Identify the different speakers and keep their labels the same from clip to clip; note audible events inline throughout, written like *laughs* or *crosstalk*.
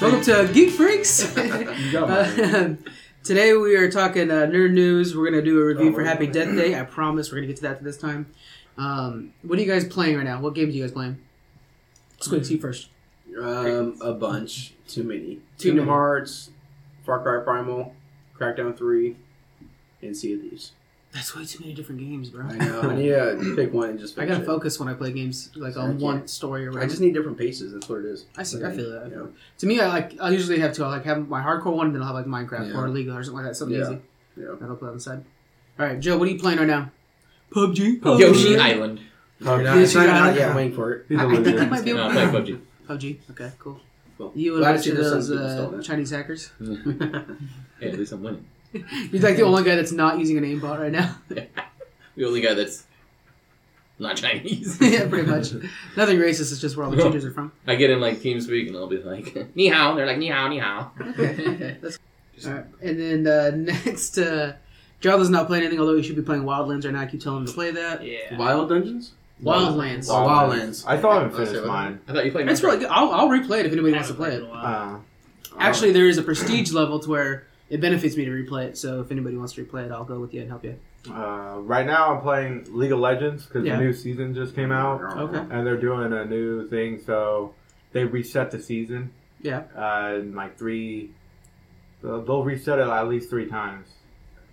Speaker 1: Welcome to
Speaker 2: *laughs*
Speaker 1: Geek *laughs* Freaks.
Speaker 3: You got my name.
Speaker 1: Uh, today we are talking uh, nerd news. We're gonna do a review
Speaker 3: Oh,
Speaker 1: for
Speaker 3: wait a
Speaker 1: Happy
Speaker 3: minute.
Speaker 1: Death Day. I promise we're gonna get to that this time. Um, what are you guys playing right now? What games are you guys playing? Squid, you first.
Speaker 2: Um, a bunch. Too many.
Speaker 1: Too
Speaker 2: Kingdom
Speaker 1: many.
Speaker 2: Hearts, Far Cry Primal, Crackdown 3, and Sea of Thieves.
Speaker 1: That's way too many different games, bro.
Speaker 2: *laughs* I
Speaker 1: *laughs* I,
Speaker 2: know. I need to pick one and just finish
Speaker 1: gotta
Speaker 2: it.
Speaker 1: focus when I play games like
Speaker 2: I
Speaker 1: on
Speaker 2: can't.
Speaker 1: one story or whatever.
Speaker 2: I just need different paces. That's what it is.
Speaker 1: I, see, I feel that.
Speaker 2: You know,
Speaker 1: To me, I like I usually have two. I like have my hardcore one, and then I'll have like Minecraft
Speaker 2: Yeah.
Speaker 1: or League or something like that. Something
Speaker 2: Yeah.
Speaker 1: easy.
Speaker 2: Yeah.
Speaker 1: That'll play on the side. All right, Joe, what are you playing right now? PUBG.
Speaker 3: PUBG.
Speaker 4: Yoshi
Speaker 3: Oh, yeah.
Speaker 4: Island.
Speaker 2: You're not,
Speaker 1: yeah,
Speaker 2: it's not,
Speaker 1: you
Speaker 2: not
Speaker 1: gotta-
Speaker 2: yet. I'm waiting for it. *laughs*
Speaker 3: He's
Speaker 1: I-
Speaker 3: a
Speaker 1: I
Speaker 3: wizard.
Speaker 1: think it might be-
Speaker 4: No,
Speaker 1: *laughs*
Speaker 4: I play PUBG.
Speaker 1: PUBG. Okay, cool.
Speaker 2: Cool.
Speaker 1: You and
Speaker 2: Glad to
Speaker 1: a bunch
Speaker 2: see
Speaker 1: of
Speaker 2: there's some
Speaker 1: those
Speaker 2: people
Speaker 1: uh,
Speaker 2: still
Speaker 1: Chinese hackers. *laughs*
Speaker 2: there.
Speaker 4: Yeah, at least I'm winning. *laughs*
Speaker 1: You're like the only guy that's not using an aimbot right now. *laughs*
Speaker 4: The only guy that's not Chinese.
Speaker 1: *laughs* yeah, pretty
Speaker 2: *laughs*
Speaker 1: much. Nothing racist. It's just where all the shooters are from.
Speaker 4: I get in like TeamSpeak and I'll be like, *laughs* ni hao. They're like, ni hao, ni hao.
Speaker 2: *laughs*
Speaker 1: Okay. That's-
Speaker 4: Just-
Speaker 1: all right. And then uh, *laughs* next, uh, Jarla's not playing anything, although he should be playing Wildlands right now. I keep telling him to play that.
Speaker 2: *laughs*
Speaker 4: Yeah.
Speaker 2: Wild Dungeons?
Speaker 1: Wildlands.
Speaker 2: Wild- Wildlands.
Speaker 3: I thought I would
Speaker 2: Let's see
Speaker 3: finish
Speaker 2: what-
Speaker 3: mine.
Speaker 4: I thought you played.
Speaker 1: It's really good. I'll, I'll replay it if anybody wants to play it.
Speaker 3: Uh,
Speaker 2: Oh.
Speaker 1: Actually, there is a prestige level to where it benefits me to replay it. So if anybody wants to replay it, I'll go with you and help you.
Speaker 3: uh, right now, I'm playing League of Legends because
Speaker 1: Yeah.
Speaker 3: the new season just came out,
Speaker 1: Okay.
Speaker 3: and they're doing a new thing. So they reset the season.
Speaker 1: Yeah.
Speaker 3: Uh, in like three, they'll they'll reset it at least three times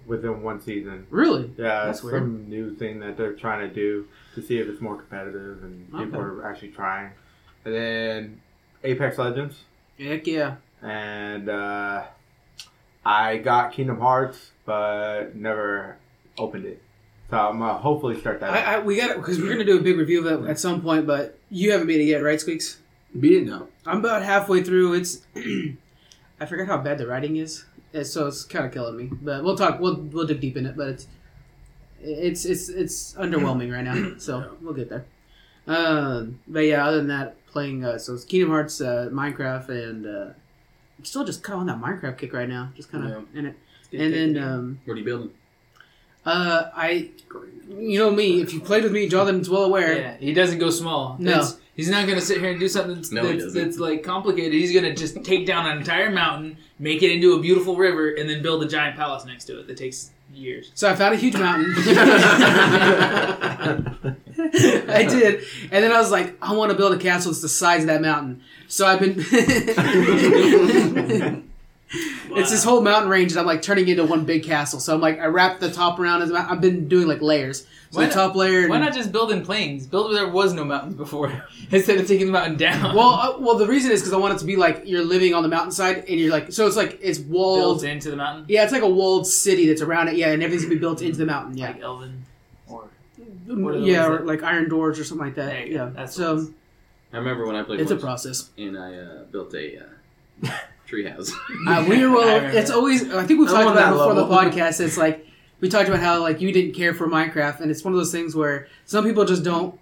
Speaker 3: within one season.
Speaker 1: Really?
Speaker 3: Yeah,
Speaker 1: That's
Speaker 3: it's
Speaker 1: weird.
Speaker 3: some new thing that they're trying to do to see if it's more competitive and
Speaker 1: Okay.
Speaker 3: people are actually trying. And then Apex Legends,
Speaker 1: Heck yeah.
Speaker 3: and uh, I got Kingdom Hearts, but never opened it. So I'm gonna hopefully start that.
Speaker 1: I, I, we got it because we're gonna do a big review of it at some point, but you haven't made it yet, right, Squeaks?
Speaker 2: Beat it? *laughs* No.
Speaker 1: I'm about halfway through. It's *clears throat* I forgot how bad the writing is, and so it's kind of killing me. But we'll talk. We'll we'll dig deep in it. But it's it's it's it's underwhelming right now. So we'll get there. Um, but yeah, other than that, playing uh, so it's Kingdom Hearts, uh, Minecraft, and uh, I'm still just kind of on that Minecraft kick right now. Just kind of in it. And then um,
Speaker 4: What are you building?
Speaker 1: uh, I you know me. If you played with me, Jonathan's well aware.
Speaker 5: Yeah, he doesn't go small.
Speaker 1: No.
Speaker 5: It's- he's not going to sit here and do something that's,
Speaker 4: No, he
Speaker 5: that's,
Speaker 4: doesn't.
Speaker 5: that's like complicated. He's going to just take down an entire mountain, make it into a beautiful river, and then build a giant palace next to it that takes years.
Speaker 1: So I found a huge
Speaker 5: *laughs*
Speaker 1: mountain. I did. And then I was like, I want to build a castle that's the size of that mountain. So I've been. *laughs* It's this whole mountain range that I'm like turning into one big castle. So I'm like, I wrapped the top around. As a mou- I've been doing like layers. So
Speaker 5: Why
Speaker 1: the
Speaker 5: not-
Speaker 1: top layer. and-
Speaker 5: Why not just build in plains? Build where there was no mountains before *laughs* instead of taking the mountain down.
Speaker 1: Well, uh, well, the reason is because I want it to be like you're living on the mountainside and you're like, so it's like, it's walled.
Speaker 5: *laughs* built into the mountain.
Speaker 1: Yeah, it's like a walled city that's around it. Yeah, and everything's gonna be built into the mountain. Yeah.
Speaker 5: Like Elven. Or, what are those
Speaker 1: Yeah, or
Speaker 5: that-
Speaker 1: like iron doors or something like that.
Speaker 5: There you go.
Speaker 1: yeah.
Speaker 5: That's what
Speaker 1: so
Speaker 4: I remember when I played.
Speaker 1: it's a
Speaker 4: once
Speaker 1: process.
Speaker 4: And I uh, built a uh,
Speaker 1: *laughs*
Speaker 4: tree house.
Speaker 1: Uh, we were
Speaker 5: I
Speaker 1: well.
Speaker 5: remember
Speaker 1: It's
Speaker 5: that.
Speaker 1: always. I think we've
Speaker 2: I'm
Speaker 1: talked
Speaker 2: on
Speaker 1: about
Speaker 2: that
Speaker 1: it before
Speaker 2: level. *laughs*
Speaker 1: the podcast. It's like we talked about how like you didn't care for Minecraft, and it's one of those things where some people just don't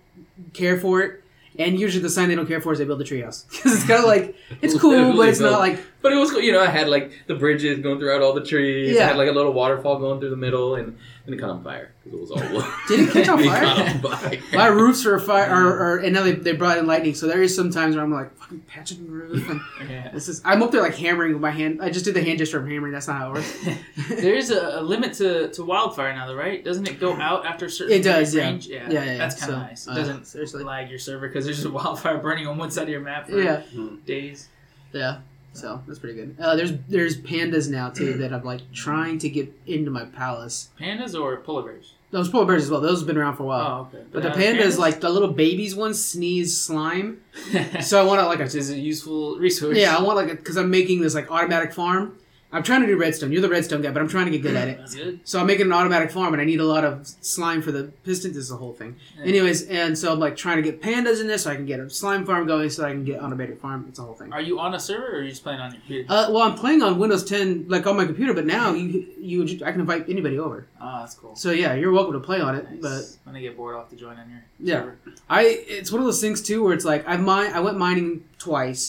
Speaker 1: care for it. And usually, the sign they don't care for is they build a treehouse *laughs* because it's kind of like it's cool, but
Speaker 4: Literally
Speaker 1: it's not
Speaker 4: built.
Speaker 1: like
Speaker 4: *laughs* But it was cool, you know. I had like the bridges going throughout all the trees.
Speaker 1: Yeah.
Speaker 4: I had like a little waterfall going through the middle, and and it caught on fire because it was all wood.
Speaker 1: Did *laughs*
Speaker 2: *laughs*
Speaker 1: it catch on fire?
Speaker 4: *laughs* It caught on fire.
Speaker 1: my roofs are fire, or, or and now they, they brought in lightning. So there is some times where I'm like fucking patching the roof, and *laughs*
Speaker 5: yeah.
Speaker 1: this is I'm up there like hammering with my hand. I just did the hand gesture of hammering. That's not how it works. *laughs*
Speaker 5: There is a, a limit to, to wildfire now, though, right? Doesn't it go out after a certain
Speaker 1: It does, yeah.
Speaker 5: range? Yeah,
Speaker 1: Yeah, yeah,
Speaker 5: That's kind of
Speaker 1: so,
Speaker 5: nice. It
Speaker 1: uh,
Speaker 5: doesn't
Speaker 1: seriously.
Speaker 5: lag your server because there's just a *laughs* wildfire burning on one side of your map for
Speaker 1: yeah,
Speaker 5: days.
Speaker 1: yeah. So that's pretty good. Uh, there's there's pandas now too that I'm like trying to get into my palace.
Speaker 5: Pandas or polar bears?
Speaker 1: Those polar bears as well. Those have been around for a while.
Speaker 5: Oh, okay.
Speaker 1: But
Speaker 5: Uh,
Speaker 1: the pandas, like the little babies ones, sneeze slime.
Speaker 5: *laughs* pandas?
Speaker 1: So I want to like
Speaker 5: which
Speaker 1: a
Speaker 5: is a useful resource.
Speaker 1: yeah, I want like because I'm making this like automatic farm. I'm trying to do redstone. You're the redstone guy, but I'm trying to get good
Speaker 5: *laughs*
Speaker 1: at it.
Speaker 5: That's good.
Speaker 1: So I'm making an automatic farm, and I need a lot of slime for the pistons. This is the whole thing. Anyways, and so I'm like trying to get pandas in this, so I can get a slime farm going, so I can get automatic farm. It's a whole thing.
Speaker 5: Are you on a server or are you just playing on your computer?
Speaker 1: Uh, well, I'm playing on Windows 10, like on my computer, but now you you I can invite anybody over.
Speaker 5: Ah, that's cool.
Speaker 1: So yeah, you're welcome to play on it,
Speaker 5: Nice.
Speaker 1: but
Speaker 5: when I get bored, I'll have to join on your
Speaker 1: Yeah.
Speaker 5: server.
Speaker 1: I it's one of those things too where it's like I've mine I went mining twice.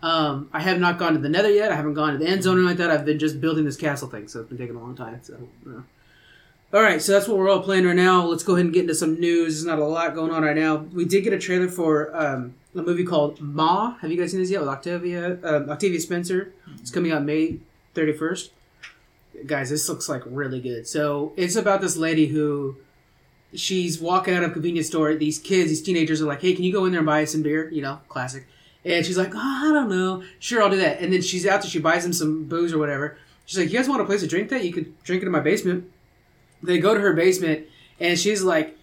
Speaker 1: Um, I have not gone to the Nether yet. I haven't gone to the end zone or anything like that. I've been just building this castle thing, so it's been taking a long time. So, yeah. all right, so that's what we're all playing right now. Let's go ahead and get into some news. There's not a lot going on right now. We did get a trailer for um, a movie called Ma. Have you guys seen this yet? With Octavia, um, Octavia Spencer. It's coming out May thirty first. Guys, this looks like really good. So it's about this lady who she's walking out of a convenience store. These kids, these teenagers, are like, "Hey, can you go in there and buy us some beer?" You know, classic. And she's like, oh, "I don't know. Sure, I'll do that." And then she's out there. She buys them some booze or whatever. She's like, "You guys want a place to drink that? You could drink it in my basement." They go to her basement, and she's like,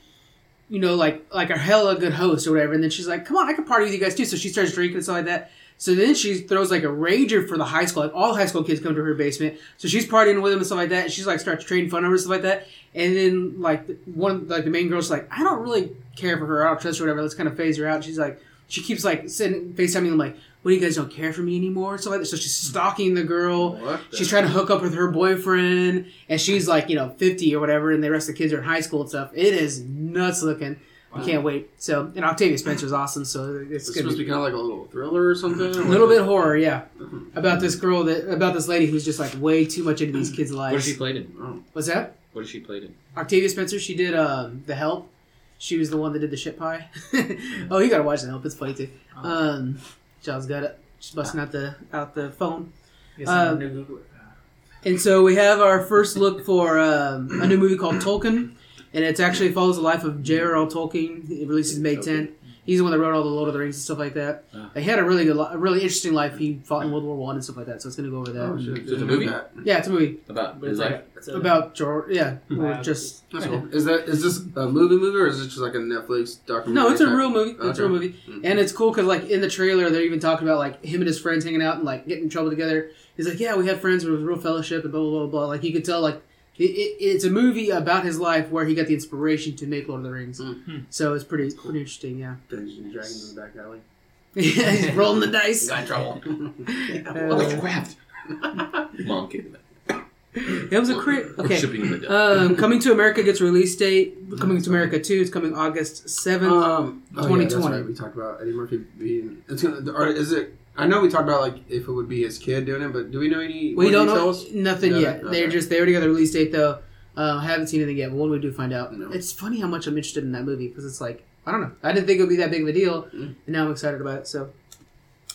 Speaker 1: you know, like like a hella good host or whatever. And then she's like, "Come on, I can party with you guys too." So she starts drinking and stuff like that. So then she throws like a rager for the high school. Like all high school kids come to her basement. So she's partying with them and stuff like that. And she's like starts trading phone numbers and stuff like that. And then like the- one like the main girl's like, "I don't really care for her. I don't trust her. Whatever. Let's kind of phase her out." She's like, she keeps like sending FaceTiming them like, "What do you guys don't care for me anymore?" So like that. So she's stalking the girl
Speaker 2: What?
Speaker 1: she's trying to hook up with her boyfriend and she's like you know 50 or whatever and the rest of the kids are in high school and stuff it is nuts looking i can't wait so and octavia spencer's awesome so it's
Speaker 2: It's
Speaker 1: gonna
Speaker 2: supposed to
Speaker 1: be
Speaker 2: be kind of like a little thriller or something.
Speaker 1: a little bit horror yeah
Speaker 4: Mm-hmm.
Speaker 1: about this girl that about this lady who's just like way too much into these kids
Speaker 4: What has
Speaker 1: lives
Speaker 4: she played in?
Speaker 1: what's that
Speaker 4: What has she played in?
Speaker 1: octavia spencer she did um the help she was the one that did the shit pie *laughs* oh you gotta watch the help it's funny too
Speaker 4: Oh.
Speaker 1: um john's got it she's busting out the out the phone
Speaker 5: Guess I'm
Speaker 1: Um,
Speaker 5: gonna Google it.
Speaker 1: And so we have our first look for um, a new movie called Tolkien, and it actually follows the life of J.R.R. Tolkien. It releases May 10th. He's the one that wrote all the Lord of the Rings and stuff like that.
Speaker 4: Ah.
Speaker 1: He had a really good, li- a really interesting life. He fought in World War One and stuff like that. So it's gonna go over that.
Speaker 2: Oh, shit.
Speaker 4: Is it a
Speaker 2: Didn't
Speaker 4: movie?
Speaker 2: know that.
Speaker 1: yeah, it's a movie
Speaker 4: About
Speaker 5: But it's
Speaker 4: his life?
Speaker 5: like it's a- *laughs*
Speaker 1: about George. Yeah, or
Speaker 5: biography.
Speaker 1: just
Speaker 2: That's cool. Is that is this a movie movie or is it just like a Netflix documentary?
Speaker 1: no, it's a
Speaker 2: type?
Speaker 1: real movie. It's
Speaker 2: Okay.
Speaker 1: a real movie, and it's cool because like in the trailer they're even talking about like him and his friends hanging out and like getting in trouble together. He's like, yeah, we had friends, it was a real fellowship, and blah blah blah blah. Like you could tell like it, it, it's a movie about his life where he got the inspiration to make Lord of the Rings. So it's pretty pretty interesting. Yeah, *laughs*
Speaker 2: Dungeons and Dragons in the back *laughs* alley.
Speaker 1: he's rolling the dice.
Speaker 4: Got in
Speaker 2: Um,
Speaker 4: trouble.
Speaker 2: oh,
Speaker 1: Uh,
Speaker 4: grabbed. Mom kicked him.
Speaker 1: it was a crit. Okay.
Speaker 4: Shipping him the death.
Speaker 1: Um, Coming to America gets release date. Coming to America two is coming August seventh.
Speaker 2: Um, oh, yeah, that's
Speaker 1: 2020.
Speaker 2: right. We talked about Eddie Murphy being. It's gonna. Or is it? I know we talked about like if it would be his kid doing it, but do we know any?
Speaker 1: we
Speaker 2: more
Speaker 1: don't know
Speaker 2: details?
Speaker 1: nothing
Speaker 2: No,
Speaker 1: yet.
Speaker 2: no,
Speaker 1: They're
Speaker 2: okay.
Speaker 1: just they already got the release date though. Uh, haven't seen anything yet. But when we do find out,
Speaker 2: No.
Speaker 1: it's funny how much I'm interested in that movie because it's like I don't know. I didn't think it would be that big of a deal,
Speaker 2: Mm.
Speaker 1: and now I'm excited about it. So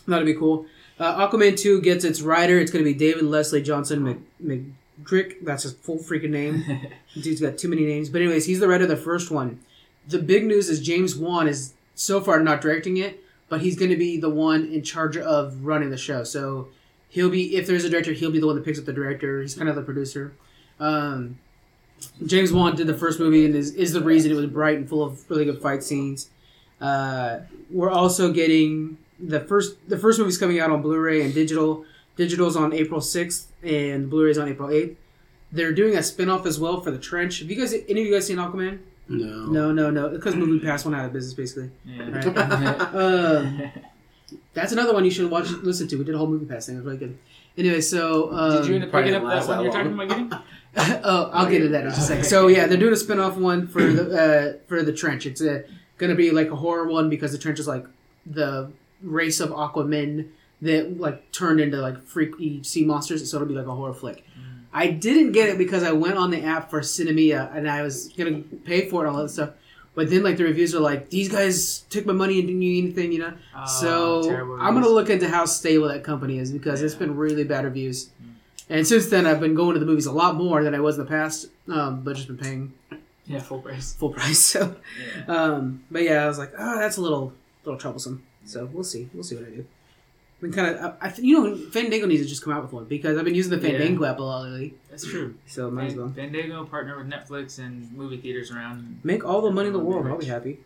Speaker 1: that'll be cool. Uh, Aquaman two gets its writer. It's going to be David Leslie Johnson Mc, McDrick. That's his full freaking *laughs* name. Dude's got too many names. But anyways, he's the writer of the first one. The big news is James Wan is so far not directing it, but he's going to be the one in charge of running the show. So he'll be if there's a director, he'll be the one that picks up the director. He's kind of the producer. Um, James Wan did the first movie and is, is the reason it was bright and full of really good fight scenes. Uh, we're also getting the first the first movie's coming out on Blu-ray and digital. Digital's on April sixth and Blu-ray's on April eighth. They're doing a spin-off as well for the Trench. Have you guys any of you guys seen Aquaman?
Speaker 2: No.
Speaker 1: No, no, no. Because Movie Pass went out of business basically.
Speaker 5: Yeah.
Speaker 1: Right. Uh, um, that's another one you should watch listen to. We did a whole movie pass thing. It was really good. Anyway, so um,
Speaker 5: Did you end up
Speaker 3: Probably
Speaker 5: picking
Speaker 3: didn't
Speaker 5: up that
Speaker 3: last
Speaker 5: one
Speaker 3: that
Speaker 5: you're talking
Speaker 3: long.
Speaker 5: about
Speaker 1: *laughs*
Speaker 5: getting?
Speaker 1: oh, I'll get to that in just a second. So yeah, they're doing a spin-off one for the uh, for the trench. It's uh gonna be like a horror one because the trench is like the race of Aquaman that like turned into like freaky sea monsters. So it'll be like a horror flick. I didn't get it because I went on the app for Cinemia and I was gonna pay for it and all that stuff. But then like the reviews are like these guys took my money and didn't do anything, you know.
Speaker 5: Uh,
Speaker 1: so
Speaker 5: terrible
Speaker 1: I'm gonna
Speaker 5: reviews.
Speaker 1: look into how stable that company is because it's
Speaker 5: Yeah. Mm.
Speaker 1: been really bad reviews. And since then, I've been going to the movies a lot more than I was in the past, um, but just been paying
Speaker 5: Yeah, full
Speaker 1: *laughs*
Speaker 5: price.
Speaker 1: full price. So, um, but yeah, I was like, oh, that's a little, little troublesome. So we'll see, we'll see what I do. Been kind of, I, I, you know, Fandango needs to just come out with one because I've been using the
Speaker 5: Yeah.
Speaker 1: Fandango app a lot lately,
Speaker 5: That's true.
Speaker 1: so might as well
Speaker 5: Fan- Fandango partner with Netflix and movie theaters around.
Speaker 1: make all the money in the world. I'll be happy.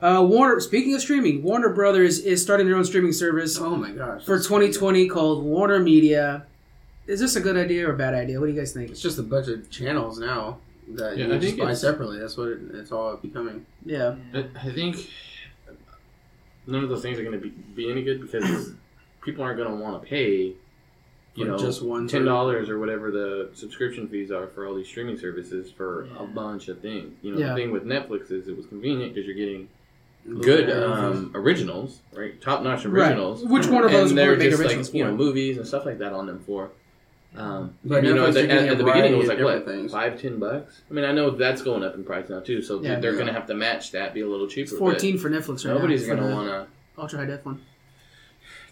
Speaker 1: Uh, Warner. Speaking of streaming, Warner Brothers is starting their own streaming service
Speaker 2: Oh my gosh.
Speaker 1: for 2020 called Warner Media. Is this a good idea or a bad idea? What do you guys think?
Speaker 2: It's just a bunch of channels now that
Speaker 4: Yeah,
Speaker 2: you
Speaker 4: I
Speaker 2: just
Speaker 4: think
Speaker 2: buy
Speaker 4: it's-
Speaker 2: separately. That's what it, it's all becoming.
Speaker 1: Yeah,
Speaker 4: I I think none of those things are going to be, be any good because people aren't going to want to pay, you
Speaker 2: For
Speaker 4: know,
Speaker 2: just one
Speaker 4: ten dollars or whatever the subscription fees are for all these streaming services for
Speaker 5: Yeah.
Speaker 4: a bunch of things. You know,
Speaker 1: Yeah.
Speaker 4: the thing with Netflix is it was convenient because you're getting
Speaker 2: Look
Speaker 4: good
Speaker 2: at everything.
Speaker 4: um, originals, right? Top notch originals.
Speaker 1: Right. Which one of those
Speaker 4: And they're
Speaker 1: were big
Speaker 4: just
Speaker 1: originals?
Speaker 4: like you know
Speaker 1: for?
Speaker 4: movies and stuff like that on them for. Um,
Speaker 2: But
Speaker 4: you know,
Speaker 2: Netflix,
Speaker 4: the,
Speaker 2: you
Speaker 4: at,
Speaker 2: can
Speaker 4: at
Speaker 2: get
Speaker 4: the
Speaker 2: variety
Speaker 4: beginning it was
Speaker 2: of
Speaker 4: like what
Speaker 2: different things.
Speaker 4: five ten bucks. I mean, I know that's going up in price now too, so
Speaker 1: Yeah.
Speaker 4: they're
Speaker 2: Yeah.
Speaker 4: going to have to match that, be a little cheaper.
Speaker 1: It's
Speaker 4: but-
Speaker 1: 14 for Netflix right now.
Speaker 4: Nobody's
Speaker 1: For
Speaker 4: gonna
Speaker 1: the-
Speaker 4: want to
Speaker 1: ultra high def one.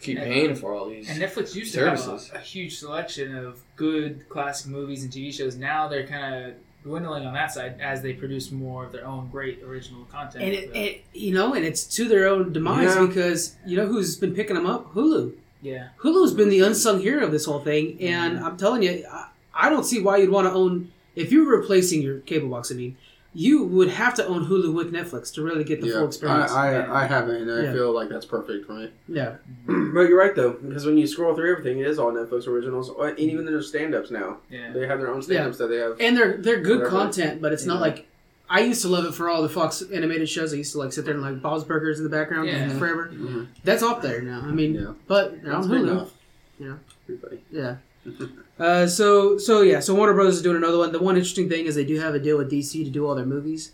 Speaker 6: Keep paying for all these.
Speaker 5: And Netflix used
Speaker 6: Services.
Speaker 5: to have a, a huge selection of good classic movies and TV shows. Now they're kind of dwindling on that side as they produce more of their own great original content.
Speaker 1: And it,
Speaker 5: But,
Speaker 1: it, you know, and it's to their own demise
Speaker 7: Yeah.
Speaker 1: because you know who's been picking them up? Hulu.
Speaker 5: yeah,
Speaker 1: Hulu's been the unsung hero of this whole thing, and I'm telling you, I, I don't see why you'd want to own if you were replacing your cable box. I mean, you would have to own Hulu with Netflix to really get the full
Speaker 8: Yeah, I,
Speaker 1: experience.
Speaker 8: I, I haven't, and I
Speaker 1: Yeah.
Speaker 8: feel like that's perfect for me.
Speaker 1: yeah,
Speaker 9: *clears throat* But you're right though, because when you scroll through everything, it is all Netflix originals, or- and even there's stand-ups now.
Speaker 5: yeah.
Speaker 9: They have their own stand-ups that they have.
Speaker 1: and they're they're good
Speaker 9: Whatever.
Speaker 1: content, but it's not
Speaker 9: Yeah.
Speaker 1: like. I used to love it for all the Fox animated shows. I used to like sit there and like Bob's Burgers in the background
Speaker 5: Yeah.
Speaker 1: forever.
Speaker 8: Mhm.
Speaker 1: That's off there now. I mean,
Speaker 8: Yeah.
Speaker 1: but they're on
Speaker 8: That's big
Speaker 1: Hulu.
Speaker 8: enough.
Speaker 9: Everybody.
Speaker 1: Yeah. Uh, so so yeah, so Warner Bros is doing another one. The one interesting thing is they do have a deal with DC to do all their movies,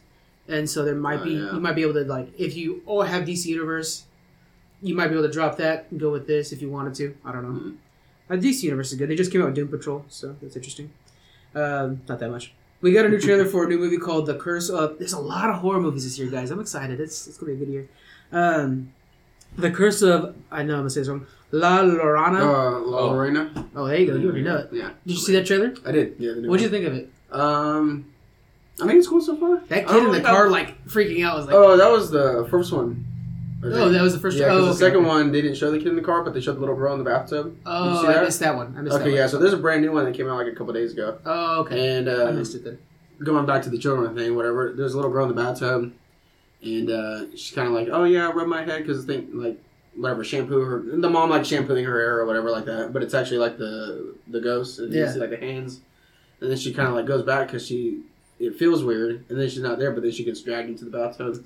Speaker 1: and so there might
Speaker 8: Oh,
Speaker 1: be
Speaker 8: yeah.
Speaker 1: you might be able to like if you all have DC Universe, you might be able to drop that and go with this if you wanted to. I don't know.
Speaker 8: Mhm.
Speaker 1: Uh, DC Universe is good. They just came out with Doom Patrol, so that's interesting. Um, not that much. We got a new trailer for a new movie called The Curse of. There's a lot of horror movies this year, guys. I'm excited. It's it's gonna be a good year. Um, the Curse of. I know I'm gonna say this wrong. La Llorona.
Speaker 8: Uh, La
Speaker 6: Oh.
Speaker 8: Lorena?
Speaker 1: Oh, there you go. You already know it.
Speaker 8: Yeah.
Speaker 1: Did you see that trailer?
Speaker 8: I did. Yeah. The new
Speaker 1: What did you think of it?
Speaker 8: one. Um, I think it's cool so far.
Speaker 1: That
Speaker 8: I
Speaker 1: kid in
Speaker 8: don't
Speaker 1: the
Speaker 8: know.
Speaker 1: car, like freaking out, was like, "Oh,
Speaker 8: Oh, that was the first one. I think.
Speaker 1: that was the first
Speaker 8: yeah, 'cause
Speaker 1: Oh,
Speaker 8: the
Speaker 1: okay.
Speaker 8: second one they didn't show the kid in the car, but they showed the little girl in the bathtub. Did you
Speaker 1: Oh,
Speaker 8: see
Speaker 1: I
Speaker 8: that?
Speaker 1: missed that one. I missed
Speaker 8: Okay, yeah.
Speaker 1: that
Speaker 8: So there's a brand new one that came out like a couple days ago.
Speaker 1: one. Oh, okay.
Speaker 8: And
Speaker 1: I
Speaker 8: uh,
Speaker 1: missed it then.
Speaker 8: going back to the children thing, whatever. There's a little girl in the bathtub, and uh, she's kind of like, "Oh yeah, I rub my head because think like whatever shampoo her." The mom like shampooing her hair or whatever like that, but it's actually like the the ghost. And
Speaker 1: Yeah.
Speaker 8: You see like the hands, and then she kind of like goes back because she it feels weird, and then she's not there, but then she gets dragged into the bathtub.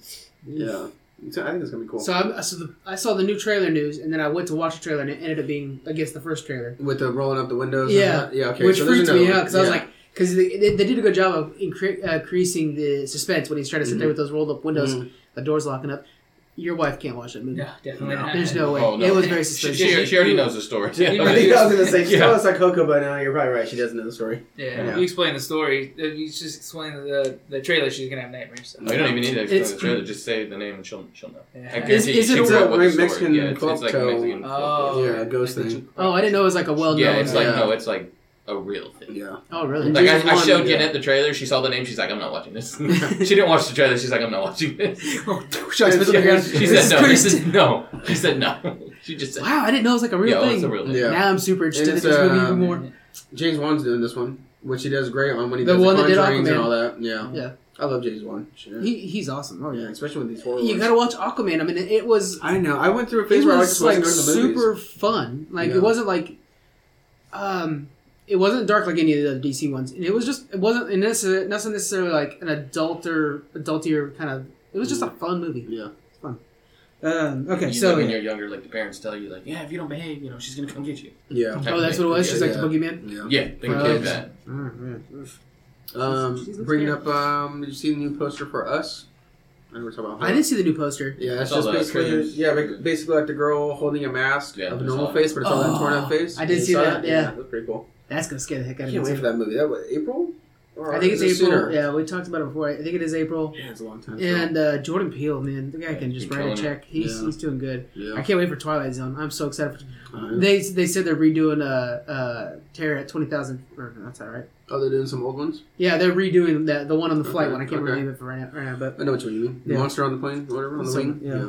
Speaker 8: Yeah, so I think it's gonna be cool.
Speaker 1: So, I'm, so the, I saw the new trailer news, and then I went to watch the trailer, and it ended up being against the first trailer,
Speaker 8: with the rolling up the windows, and
Speaker 1: Yeah.
Speaker 8: that? yeah, okay.
Speaker 1: which
Speaker 8: so there's
Speaker 1: freaked
Speaker 8: another
Speaker 1: me
Speaker 8: one.
Speaker 1: out because I was
Speaker 8: Yeah.
Speaker 1: like, because they, they, they did a good job of incre- uh, increasing the suspense when he's trying to
Speaker 8: Mm-hmm.
Speaker 1: sit there with those rolled up *laughs*
Speaker 8: *laughs*
Speaker 1: windows,
Speaker 8: Mhm.
Speaker 1: the doors locking up. Your wife can't watch that movie.
Speaker 5: No, definitely not.
Speaker 1: There's no way.
Speaker 4: Oh, no.
Speaker 1: It was very
Speaker 4: She,
Speaker 1: suspicious.
Speaker 4: she, she *laughs* already knows the story.
Speaker 5: Yeah.
Speaker 9: I think I was gonna say she's
Speaker 4: Yeah.
Speaker 9: yeah. like Coco by now. You're probably right. She doesn't know the story.
Speaker 5: Yeah,
Speaker 8: Yeah.
Speaker 5: you explain the story. Uh, You just explain the the trailer. She's gonna have nightmares. So.
Speaker 4: You don't even need to explain
Speaker 1: It's-
Speaker 4: the trailer. Just say the name and she'll she'll know. I
Speaker 5: Yeah.
Speaker 4: guarantee
Speaker 1: Is- is
Speaker 4: she
Speaker 1: it
Speaker 4: will
Speaker 1: a
Speaker 4: know what the story-
Speaker 8: Mexican
Speaker 4: yeah, it's, it's like a
Speaker 8: folktale?
Speaker 4: Mexican folk
Speaker 5: Oh,
Speaker 4: tale.
Speaker 8: Yeah, a ghost
Speaker 5: I think
Speaker 8: thing.
Speaker 5: you-
Speaker 1: oh, I didn't know it was like a well known.
Speaker 4: yeah, it's like
Speaker 8: yeah.
Speaker 4: no, it's like a real thing.
Speaker 8: yeah.
Speaker 1: oh,
Speaker 4: *laughs*
Speaker 1: really?
Speaker 4: Like
Speaker 8: James
Speaker 4: I, I
Speaker 8: Bond,
Speaker 4: showed
Speaker 8: yeah.
Speaker 4: Jeanette the trailer. She saw the name. She's like, I'm not watching
Speaker 1: *laughs*
Speaker 4: this. *laughs* she didn't watch the trailer. She's like, I'm not watching this.
Speaker 8: Should I spit on the ground?
Speaker 4: She
Speaker 1: This is
Speaker 4: said no.
Speaker 1: pretty
Speaker 4: This is no. She said no. *laughs* She just said,
Speaker 1: Wow, I didn't know it was like a real
Speaker 4: "Yo,
Speaker 1: thing.
Speaker 4: oh, it's a real thing."
Speaker 8: Yeah.
Speaker 1: Now I'm super interested in
Speaker 8: it's,
Speaker 1: this movie even
Speaker 8: um,
Speaker 1: more.
Speaker 8: James Wan's doing this one, which he does great on when he
Speaker 1: The
Speaker 8: does
Speaker 1: one that did
Speaker 8: Conjurings and
Speaker 1: Aquaman.
Speaker 8: all that. Yeah,
Speaker 1: Yeah.
Speaker 8: I love James Wan. Shit.
Speaker 1: He, he's awesome. Oh
Speaker 8: yeah,
Speaker 1: yeah.
Speaker 8: especially with these horror.
Speaker 1: You
Speaker 8: ones.
Speaker 1: gotta watch Aquaman. I mean, it, it was
Speaker 8: I know. I went through a
Speaker 1: it
Speaker 8: phase where I
Speaker 1: was
Speaker 8: just
Speaker 1: like
Speaker 8: wasn't going to the movies.
Speaker 1: super fun. Like
Speaker 8: Yeah.
Speaker 1: it wasn't like, um, it wasn't dark like any of the other DC ones. And It was just it wasn't and this uh, not necessarily like an adulter adultier kind of. It was just a fun movie.
Speaker 8: Yeah.
Speaker 1: Um, okay,
Speaker 4: You know,
Speaker 1: so
Speaker 4: when you're younger, like the parents tell you, like, yeah, if you don't behave, you know, she's gonna come get you.
Speaker 8: Yeah.
Speaker 1: oh, that's what it was. She's
Speaker 4: yeah,
Speaker 1: like the boogeyman.
Speaker 8: Yeah.
Speaker 4: yeah, think
Speaker 1: Oh,
Speaker 4: of that.
Speaker 1: Mm-hmm. She's- she's
Speaker 8: Um,
Speaker 1: looking
Speaker 8: bringing
Speaker 1: at-
Speaker 8: up. Um, did you see the new poster for Us? I know we're talking about.
Speaker 1: I didn't see the new poster.
Speaker 8: Yeah, it's
Speaker 4: It's all
Speaker 8: just
Speaker 4: the
Speaker 8: basically
Speaker 4: prisoners.
Speaker 8: yeah, ba- basically like the girl holding a mask
Speaker 4: Yeah,
Speaker 8: of a
Speaker 4: I
Speaker 8: normal
Speaker 4: saw it.
Speaker 8: face, but it's all
Speaker 1: Oh,
Speaker 8: that torn up face.
Speaker 1: I did
Speaker 8: You
Speaker 1: see
Speaker 8: saw
Speaker 1: that, yeah.
Speaker 8: that's pretty cool.
Speaker 1: That's gonna scare the heck out
Speaker 8: I
Speaker 1: of
Speaker 8: can't wait
Speaker 1: me.
Speaker 8: for
Speaker 1: too.
Speaker 8: that movie. That was April. Or
Speaker 1: I think it's
Speaker 8: is it
Speaker 1: April.
Speaker 8: sooner?
Speaker 1: Yeah, we talked about it before. I think it is April.
Speaker 8: Yeah, it's a long time. ago.
Speaker 1: And uh, Jordan Peele, man, the guy
Speaker 4: Yeah,
Speaker 1: can
Speaker 4: he's
Speaker 1: just write a
Speaker 4: killing it.
Speaker 1: check. He's,
Speaker 8: Yeah.
Speaker 1: he's doing good. I
Speaker 8: yeah.
Speaker 1: can't wait for Twilight Zone. I'm so excited. For,
Speaker 8: Uh,
Speaker 1: they they said they're redoing uh uh Terror at twenty thousand. That's all right.
Speaker 8: oh, they're doing some old ones.
Speaker 1: Yeah, they're redoing that the one on the flight
Speaker 8: Okay,
Speaker 1: one. I can't
Speaker 8: okay.
Speaker 1: remember it for right now, right now. But
Speaker 8: I know which one you mean. The
Speaker 1: Yeah.
Speaker 8: monster on the plane, whatever on the
Speaker 1: Some-
Speaker 8: wing.
Speaker 1: yeah.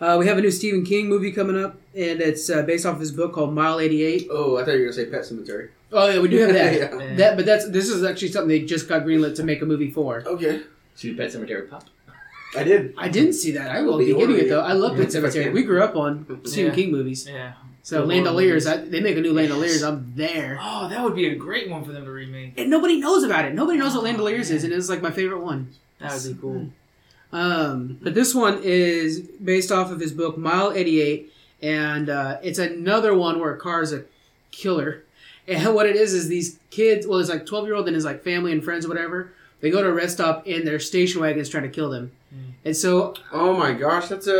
Speaker 1: uh, we have a new Stephen King movie coming up, and it's uh, based off his book called Mile Eighty Eight.
Speaker 8: Oh, I thought you were gonna say Pet Cemetery.
Speaker 1: Oh yeah, we do have that.
Speaker 8: *laughs* Yeah.
Speaker 5: Yeah.
Speaker 1: That, but that's this is actually something they just got greenlit to make a movie for.
Speaker 8: Okay.
Speaker 4: She's Pet Cemetery Pop.
Speaker 8: I did.
Speaker 1: I didn't see that. I
Speaker 8: will
Speaker 1: will be
Speaker 8: be
Speaker 1: getting it
Speaker 8: ordering
Speaker 1: though.
Speaker 8: it.
Speaker 1: I love
Speaker 8: Yeah,
Speaker 1: Pet Cemetery.
Speaker 8: okay.
Speaker 1: We grew up on
Speaker 8: *laughs*
Speaker 1: Stephen
Speaker 5: Yeah.
Speaker 1: King movies.
Speaker 5: Yeah.
Speaker 1: So
Speaker 5: Good
Speaker 1: Landoliers,
Speaker 5: Lord.
Speaker 1: I, they make a new Landoliers.
Speaker 5: Yes.
Speaker 1: I'm there.
Speaker 5: Oh, that would be a great one for them to remake.
Speaker 1: And nobody knows about it. Nobody knows what Landoliers is, and it was like my favorite one.
Speaker 5: That would be cool.
Speaker 1: Um, but this one is based off of his book Mile 88, and uh, it's another one where a car's a killer. *laughs* And what it is is these kids. Well, it's like 12 year old and his like family and friends, or whatever. They go to a rest stop, and their station wagon's trying to kill them. And so
Speaker 8: Oh my gosh, that's a,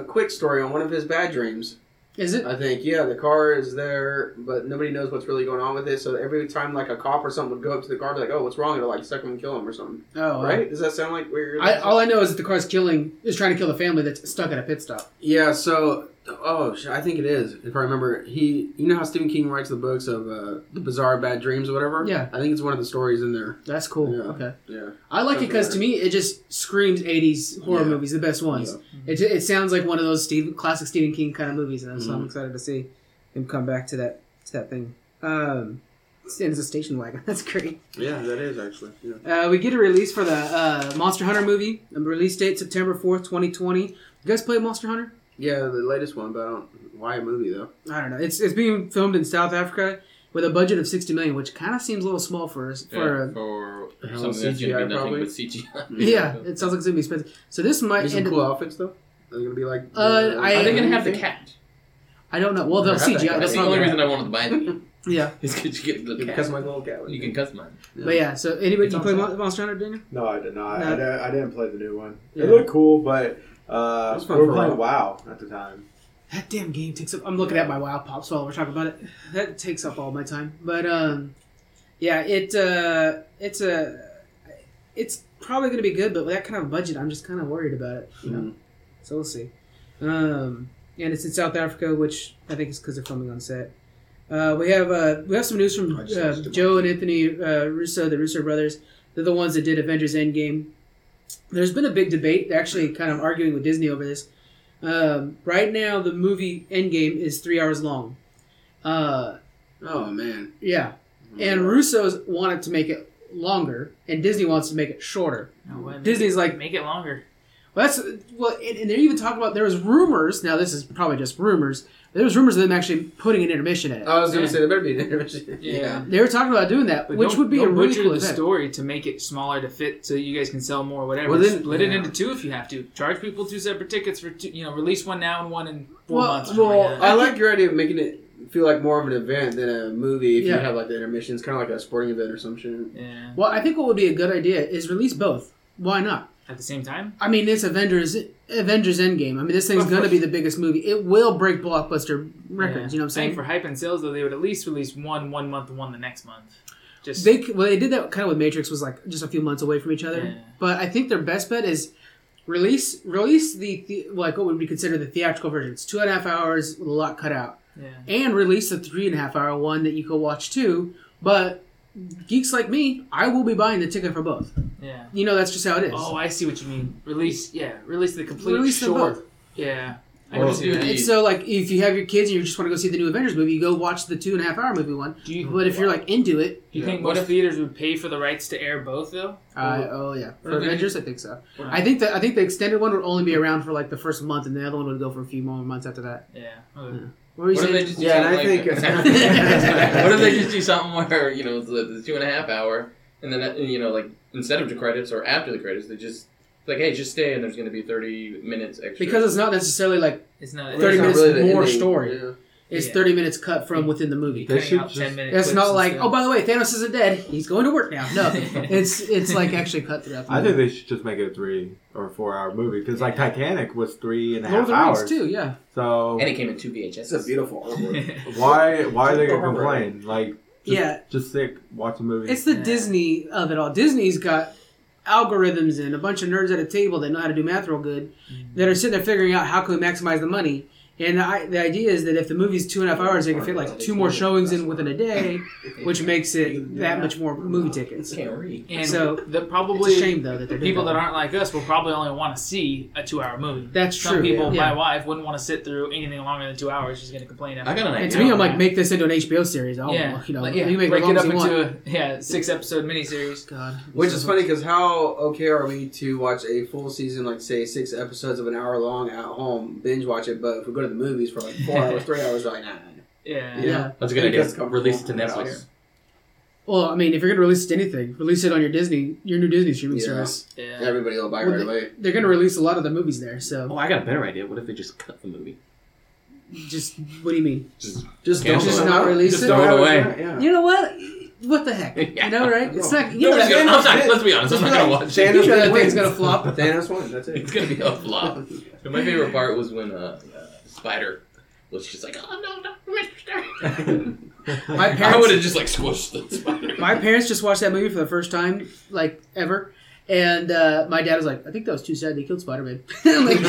Speaker 8: a quick story on one of his bad dreams.
Speaker 1: Is it?
Speaker 8: I think yeah, the car is there, but nobody knows what's really going on with it. So every time like a cop or something would go up to the car, be like, "Oh, what's wrong?" It'll like suck him and kill him or something,
Speaker 1: Oh, uh,
Speaker 8: right? Does that sound like weird?
Speaker 1: I, all I know is that the car's killing is trying to kill the family that's stuck at a pit stop.
Speaker 8: Yeah, so oh, sh- I think it is. If I remember, he you know how Stephen King writes the books of uh, the bizarre bad dreams or whatever.
Speaker 1: Yeah.
Speaker 8: I think it's one of the stories in there.
Speaker 1: That's cool.
Speaker 8: Yeah.
Speaker 1: Okay,
Speaker 8: Yeah,
Speaker 1: I like it because to me it just screams '80s horror
Speaker 8: Yeah.
Speaker 1: movies, the best ones. It, ju- it sounds like one of those Steve, classic Stephen King kind of movies, and I'm- so I'm excited to see him come back to that to that thing. Um, stands a station wagon. *laughs* That's great.
Speaker 8: yeah, that is actually. Yeah,
Speaker 1: Uh, we get a release for the uh, Monster Hunter movie. A release date September fourth, twenty twenty. You guys play Monster Hunter?
Speaker 8: yeah, the latest one, but I don't why a movie though.
Speaker 1: I don't know. It's it's being filmed in South Africa with a budget of sixty million, which kind of seems a little small for us. For
Speaker 4: Yeah,
Speaker 1: a,
Speaker 4: for
Speaker 8: Hell,
Speaker 4: something that's going
Speaker 8: CGI
Speaker 4: to be nothing
Speaker 8: probably.
Speaker 4: but CGI.
Speaker 1: *laughs* yeah, it sounds like it's gonna be expensive. So this might
Speaker 8: There's some
Speaker 1: end.
Speaker 8: cool outfits though. Are they gonna be like?
Speaker 1: Uh,
Speaker 8: the-
Speaker 1: I-
Speaker 4: Are they going to have the
Speaker 8: Yeah.
Speaker 4: cat?
Speaker 1: I don't know. Well, they'll
Speaker 8: Never had that
Speaker 1: CGI.
Speaker 8: guy.
Speaker 4: *laughs*
Speaker 1: That's
Speaker 4: That's the
Speaker 1: not
Speaker 4: only reason I wanted to buy it.
Speaker 1: Yeah,
Speaker 4: *laughs* Is because you get the cat.
Speaker 8: Because my little cat.
Speaker 4: You can cuss mine.
Speaker 1: but yeah. So anybody
Speaker 8: It's
Speaker 1: you play
Speaker 8: on
Speaker 1: Mon- Monster Hunter, Daniel?
Speaker 3: No, I did not.
Speaker 1: No.
Speaker 3: I, didn't, I didn't play the new one.
Speaker 1: Yeah.
Speaker 3: It looked cool, but uh,
Speaker 8: was
Speaker 3: we
Speaker 8: fun
Speaker 3: were
Speaker 8: for a
Speaker 3: playing WoW at the time.
Speaker 1: That damn game takes up. I'm looking at my WoW pops while we're talking about it. That takes up all my time. But um, yeah, it uh, it's a, it's probably gonna be good, but with that kind of budget, I'm just kind of worried about it. You know?
Speaker 8: Mm-hmm.
Speaker 1: So we'll see. Um, and it's in South Africa, which I think is because they're filming on set. Uh, we have uh, we have some news from
Speaker 8: I just
Speaker 1: uh,
Speaker 8: asked him.
Speaker 1: Joe and Anthony uh, Russo, the Russo brothers. They're the ones that did Avengers Endgame. There's been a big debate. They're actually kind of arguing with Disney over this. Um, right now, the movie Endgame is three hours long. Uh,
Speaker 8: Oh man.
Speaker 1: yeah, and
Speaker 5: Mm-hmm.
Speaker 1: Russo's wanted to make it longer, and Disney wants to make it shorter.
Speaker 5: No way. Make
Speaker 1: Disney's
Speaker 5: it-
Speaker 1: like-
Speaker 5: make it longer.
Speaker 1: Well, that's well, and, and they're even talking about there was rumors. Now this is probably just rumors. There was rumors of them actually putting an intermission in it.
Speaker 8: I was gonna
Speaker 5: Yeah.
Speaker 8: say there better be an intermission. *laughs*
Speaker 5: Yeah.
Speaker 1: they were talking about doing that,
Speaker 5: But
Speaker 1: which
Speaker 5: don't-
Speaker 1: would be a
Speaker 5: don't
Speaker 1: really
Speaker 5: butcher
Speaker 1: cool
Speaker 5: the
Speaker 1: event.
Speaker 5: story to make it smaller to fit, so you guys can sell more. Whatever.
Speaker 8: Well, then-
Speaker 5: Split it
Speaker 8: yeah.
Speaker 5: into two if you have to. Charge people two separate tickets for two. You know, release one now and one in four
Speaker 1: Well,
Speaker 5: months. or something
Speaker 1: well,
Speaker 5: like that.
Speaker 8: I like your idea of making it feel like more of an event than a movie. If
Speaker 1: Yeah.
Speaker 8: you have like the intermissions, kind of like a sporting event or some shit.
Speaker 5: yeah.
Speaker 1: Well, I think what would be a good idea is release both. Why not?
Speaker 5: At the same time,
Speaker 1: I mean, it's Avengers, Avengers Endgame. I mean, this thing's
Speaker 5: Of
Speaker 1: going to
Speaker 5: course.
Speaker 1: be the biggest movie. It will break blockbuster records. You know what I'm
Speaker 5: I think
Speaker 1: saying?
Speaker 5: for hype and sales, though, they would at least release one one month and one the next month. Just
Speaker 1: They c- well, they did that kind of with Matrix was like just a few months away from each other.
Speaker 5: Yeah.
Speaker 1: But I think their best bet is release release the, the like what would be considered the theatrical version. It's two and a half hours with a lot cut out.
Speaker 5: yeah.
Speaker 1: and release the three and a half hour one that you can watch too. But geeks like me, I will be buying the ticket for both.
Speaker 5: Yeah.
Speaker 1: You know, that's just how it is.
Speaker 5: Oh, I see what you mean. Release, yeah, release the complete
Speaker 1: Release them
Speaker 5: short. Yeah, I
Speaker 4: Well,
Speaker 5: can see that.
Speaker 1: And so, like, if you have your kids and you just want to go see the new Avengers movie, you go watch the two and a half hour movie one.
Speaker 5: Do you,
Speaker 1: But if you're like into it,
Speaker 5: do you think
Speaker 4: What
Speaker 5: most
Speaker 4: if-
Speaker 5: theaters would pay for the rights to air both though?
Speaker 1: uh, oh yeah, for
Speaker 5: What do they
Speaker 1: Avengers, I think so.
Speaker 5: Wow.
Speaker 1: I think that I think the extended one would only be around for like the first month, and the other one would go for a few more months after that.
Speaker 5: Yeah. Okay.
Speaker 1: What were you
Speaker 4: What if they
Speaker 1: saying?
Speaker 4: just
Speaker 3: Yeah,
Speaker 4: do
Speaker 3: and I
Speaker 4: something like-
Speaker 1: think-
Speaker 4: *laughs* what if they just do something where you know it's the, the two and a half hour, and then uh, you know like instead of the credits or after the credits, they just like hey just stay and there's going to be thirty minutes extra.
Speaker 1: because it's not necessarily like
Speaker 5: It's
Speaker 1: 30
Speaker 5: not.
Speaker 8: It's not
Speaker 1: minutes
Speaker 8: the
Speaker 1: more
Speaker 8: ending.
Speaker 1: story.
Speaker 8: Yeah.
Speaker 1: it's
Speaker 5: Yeah.
Speaker 1: thirty minutes cut from within the movie.
Speaker 3: They
Speaker 5: Cutting
Speaker 3: should
Speaker 5: out
Speaker 3: just-
Speaker 5: ten minutes.
Speaker 1: It's not like oh by the way Thanos isn't dead. He's going to work now. *laughs* No, it's it's like actually cut throughout. The
Speaker 3: I
Speaker 1: movie.
Speaker 3: think they should just make it a three or four hour movie because like Titanic was three and a
Speaker 1: Lord
Speaker 3: half
Speaker 1: of the Rings
Speaker 3: hours.
Speaker 1: too. Yeah,
Speaker 3: So
Speaker 4: and it came in two VHS.
Speaker 10: It's a
Speaker 1: *laughs*
Speaker 10: beautiful artwork.
Speaker 3: why why are they gonna
Speaker 10: Barbara.
Speaker 3: complain? Like just,
Speaker 1: yeah.
Speaker 3: just sick. Watch a movie. *laughs*
Speaker 1: It's *laughs* the
Speaker 5: Yeah.
Speaker 1: Disney of it all. Disney's got algorithms and a bunch of nerds at a table that know how to do math real good
Speaker 5: Mm-hmm.
Speaker 1: that are sitting there figuring out how can we maximize the money. And I, the idea is that if the movie's two and a half hours, they can fit like two more showings in within a day, which makes it that much more movie tickets.
Speaker 4: can't read.
Speaker 5: and
Speaker 1: so,
Speaker 5: so the
Speaker 1: It's a
Speaker 5: probably
Speaker 1: shame though that
Speaker 5: the
Speaker 1: they're
Speaker 5: people that aren't like us will probably only want to see a two-hour movie.
Speaker 1: That's
Speaker 5: Some
Speaker 1: true.
Speaker 5: people,
Speaker 1: yeah.
Speaker 5: my wife, wouldn't want to sit through anything longer than two hours. She's gonna complain. After
Speaker 4: I got an
Speaker 1: And
Speaker 4: idea.
Speaker 1: to me, I'm like,
Speaker 5: Yeah.
Speaker 1: make this into an HBO series. I'll,
Speaker 5: Yeah.
Speaker 1: you know,
Speaker 4: Like, yeah,
Speaker 1: you make it
Speaker 5: break
Speaker 1: long
Speaker 5: it up
Speaker 1: as you want.
Speaker 5: into a yeah six episode miniseries.
Speaker 1: God,
Speaker 8: Which is funny because how okay are we to watch a full season, like say six episodes of an hour long at home, binge watch it, but if we go to the movies for like
Speaker 1: *laughs*
Speaker 8: four hours, three hours, we're like nah. nah, nah.
Speaker 5: Yeah.
Speaker 1: Yeah.
Speaker 4: That's a
Speaker 8: I
Speaker 4: good
Speaker 8: think that's
Speaker 4: idea.
Speaker 8: comfortable.
Speaker 4: Release it to
Speaker 8: That's
Speaker 4: Netflix.
Speaker 1: Well, I mean, if you're gonna release anything, release it on your Disney, your new Disney streaming
Speaker 8: Yeah.
Speaker 1: service.
Speaker 5: Yeah.
Speaker 8: Everybody will buy it
Speaker 1: Well,
Speaker 8: right away.
Speaker 1: They're gonna release a lot of the movies there. So,
Speaker 4: Oh, I got a better idea. What if they just cut the movie?
Speaker 1: just what do you mean?
Speaker 4: Just
Speaker 8: Just
Speaker 4: Cancel
Speaker 1: Just
Speaker 4: it.
Speaker 1: not release
Speaker 4: Just
Speaker 1: it.
Speaker 4: throw it away.
Speaker 8: Yeah.
Speaker 1: You know what? What the heck? You know, right? It's not. You know,
Speaker 4: Nobody's gonna,
Speaker 1: that,
Speaker 4: I'm not, let's be honest. I'm not gonna watch it.
Speaker 1: you know that
Speaker 8: Thanos
Speaker 4: *laughs*
Speaker 1: thing's
Speaker 8: wins.
Speaker 1: gonna flop.
Speaker 8: Thanos won. That's it. *laughs*
Speaker 4: It's gonna be a flop. And my favorite part was when uh, uh, Spider was just like, oh no, Doctor Mister.
Speaker 1: My
Speaker 4: I
Speaker 1: parents
Speaker 4: would have just like squished the
Speaker 1: *laughs*
Speaker 4: spider.
Speaker 1: My parents just watched that movie for the first time, like ever. And uh, my dad was like, "I think that was too sad. They killed Spider *laughs* Man." like,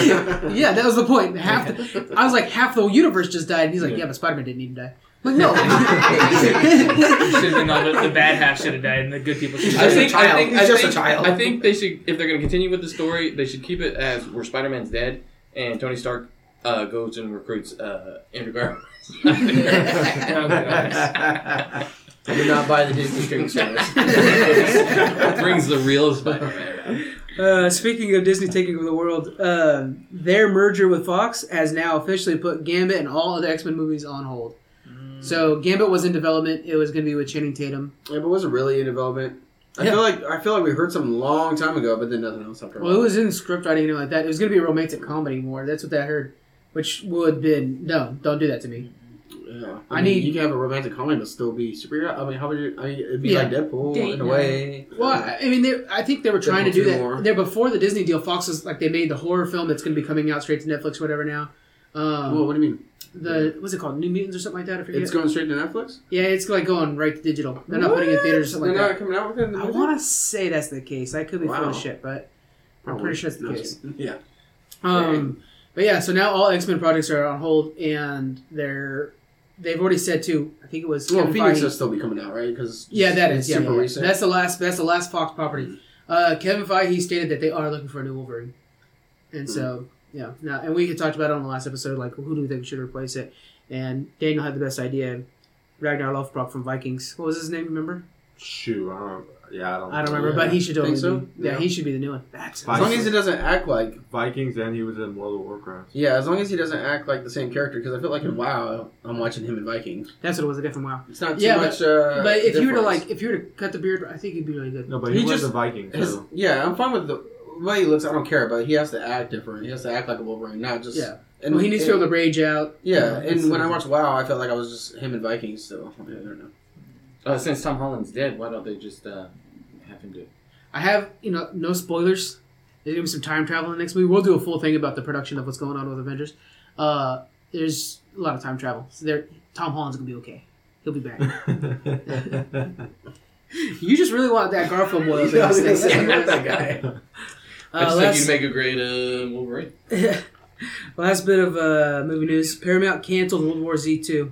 Speaker 1: yeah, that was the point. Half, the, I was like, half the universe just died, and he's like, "Yeah, but Spider Man didn't even die." I'm like, no.
Speaker 5: Should have been all the, the bad half should have died, and the good people should
Speaker 4: I
Speaker 5: have.
Speaker 4: think, I think,
Speaker 8: He's
Speaker 4: I
Speaker 8: just a
Speaker 4: think-
Speaker 8: child.
Speaker 4: I think they should, if they're going to continue with the story, they should keep it as where Spider Man's dead and Tony Stark uh, goes and recruits uh, Andrew Garfield.
Speaker 8: I did not buy the Disney streaming
Speaker 4: *laughs*
Speaker 8: service.
Speaker 4: Brings the real Spider Man.
Speaker 1: uh, speaking of Disney taking over the world, um their merger with Fox has now officially put Gambit and all other X Men movies on hold.
Speaker 8: Mm.
Speaker 1: So Gambit was in development. It was going to be with Channing Tatum.
Speaker 8: Yeah, but was it really in development? I
Speaker 1: Yeah.
Speaker 8: feel like I feel like we heard something a long time ago, but then nothing else after.
Speaker 1: Well, it was in script writing and like that. It was going to be a romantic comedy more. That's what I heard. Which would have been, no, don't do that to me.
Speaker 8: yeah.
Speaker 1: I
Speaker 8: I, mean,
Speaker 1: need-
Speaker 8: you can have a romantic comedy but still be superhero. I mean, how would you? I mean, it'd be
Speaker 1: Yeah.
Speaker 8: like Deadpool in a way.
Speaker 1: Well, I I mean, they, I think they were trying to do
Speaker 8: Deadpool two
Speaker 1: that.
Speaker 8: more.
Speaker 1: There before the Disney deal, Fox was like they made the horror film that's going to be coming out straight to Netflix, or whatever. Now, um,
Speaker 8: well, what do you mean?
Speaker 1: the what's it called, New Mutants or something like that? I forget.
Speaker 8: It's going straight to Netflix.
Speaker 1: yeah, it's like going right to digital. They're not putting it in theaters or something
Speaker 8: They're
Speaker 1: like
Speaker 8: not coming out with it. in
Speaker 1: that.
Speaker 8: the
Speaker 1: I
Speaker 8: movie?
Speaker 1: want to say that's the case. I could be full
Speaker 8: Wow.
Speaker 1: of shit, but I'm
Speaker 8: Probably.
Speaker 1: pretty sure that's the
Speaker 8: No,
Speaker 1: case.
Speaker 8: Yeah.
Speaker 1: Um, but yeah, so now all X Men projects are on hold, and they're they've already said too. I think it was
Speaker 8: Well,
Speaker 1: Kevin
Speaker 8: Phoenix
Speaker 1: Feige-
Speaker 8: will still be coming out, right? Because
Speaker 1: Yeah, that is yeah,
Speaker 8: super
Speaker 1: yeah.
Speaker 8: recent.
Speaker 1: That's the last. That's the last Fox property. Uh, Kevin Feige he stated that they are looking for a new Wolverine,
Speaker 8: Hmm.
Speaker 1: and so yeah. Now, and we had talked about it on the last episode, like who do we think should replace it? And Daniel had the best idea. Ragnar Lothbrok from Vikings. What was his name? Remember?
Speaker 3: Shoot, I don't. Yeah, I don't.
Speaker 1: I don't remember,
Speaker 8: Yeah.
Speaker 1: but he should totally.
Speaker 8: Think so?
Speaker 1: Be, yeah,
Speaker 8: Yeah.
Speaker 1: he should be the new one. That's
Speaker 8: as long as he doesn't act like
Speaker 3: Vikings, and he was in World of Warcraft.
Speaker 8: yeah, as long as he doesn't act like the same character. Because I feel like
Speaker 1: Mm-hmm.
Speaker 8: in WoW, I'm watching him in Vikings.
Speaker 1: that's what it was. A different wow.
Speaker 8: It's not too
Speaker 1: Yeah, but-
Speaker 8: much. uh,
Speaker 1: But if you were to
Speaker 8: difference.
Speaker 1: like, if you were to cut the beard, I think he'd be really good.
Speaker 3: No, but he,
Speaker 8: He
Speaker 3: was
Speaker 8: just-
Speaker 3: a Viking.
Speaker 8: His-
Speaker 3: So. *laughs*
Speaker 8: yeah, I'm fine with the way he looks. I don't care, but he has to act different. He has to act like a Wolverine, not just
Speaker 1: Yeah.
Speaker 8: And
Speaker 1: well, he needs to be able to rage out.
Speaker 8: Yeah,
Speaker 1: Yeah,
Speaker 8: and when I watched WoW, I felt like I was just him and Vikings. So I don't
Speaker 1: *laughs*
Speaker 8: know.
Speaker 4: Uh, since Tom Holland's dead, why don't they just uh, have him do it?
Speaker 1: I have, you know, no spoilers. There's gonna be some time travel in the next movie. We'll do a full thing about the production of what's going on with Avengers. Uh, there's a lot of time travel. So there, Tom Holland's gonna be okay. He'll be back. *laughs* you just really want that Garfield boil. *laughs* thing.
Speaker 4: guy. I
Speaker 1: Uh,
Speaker 4: just think
Speaker 1: last,
Speaker 4: you'd make a great uh, Wolverine.
Speaker 1: *laughs* last bit of uh, movie news: Paramount canceled World War Z two.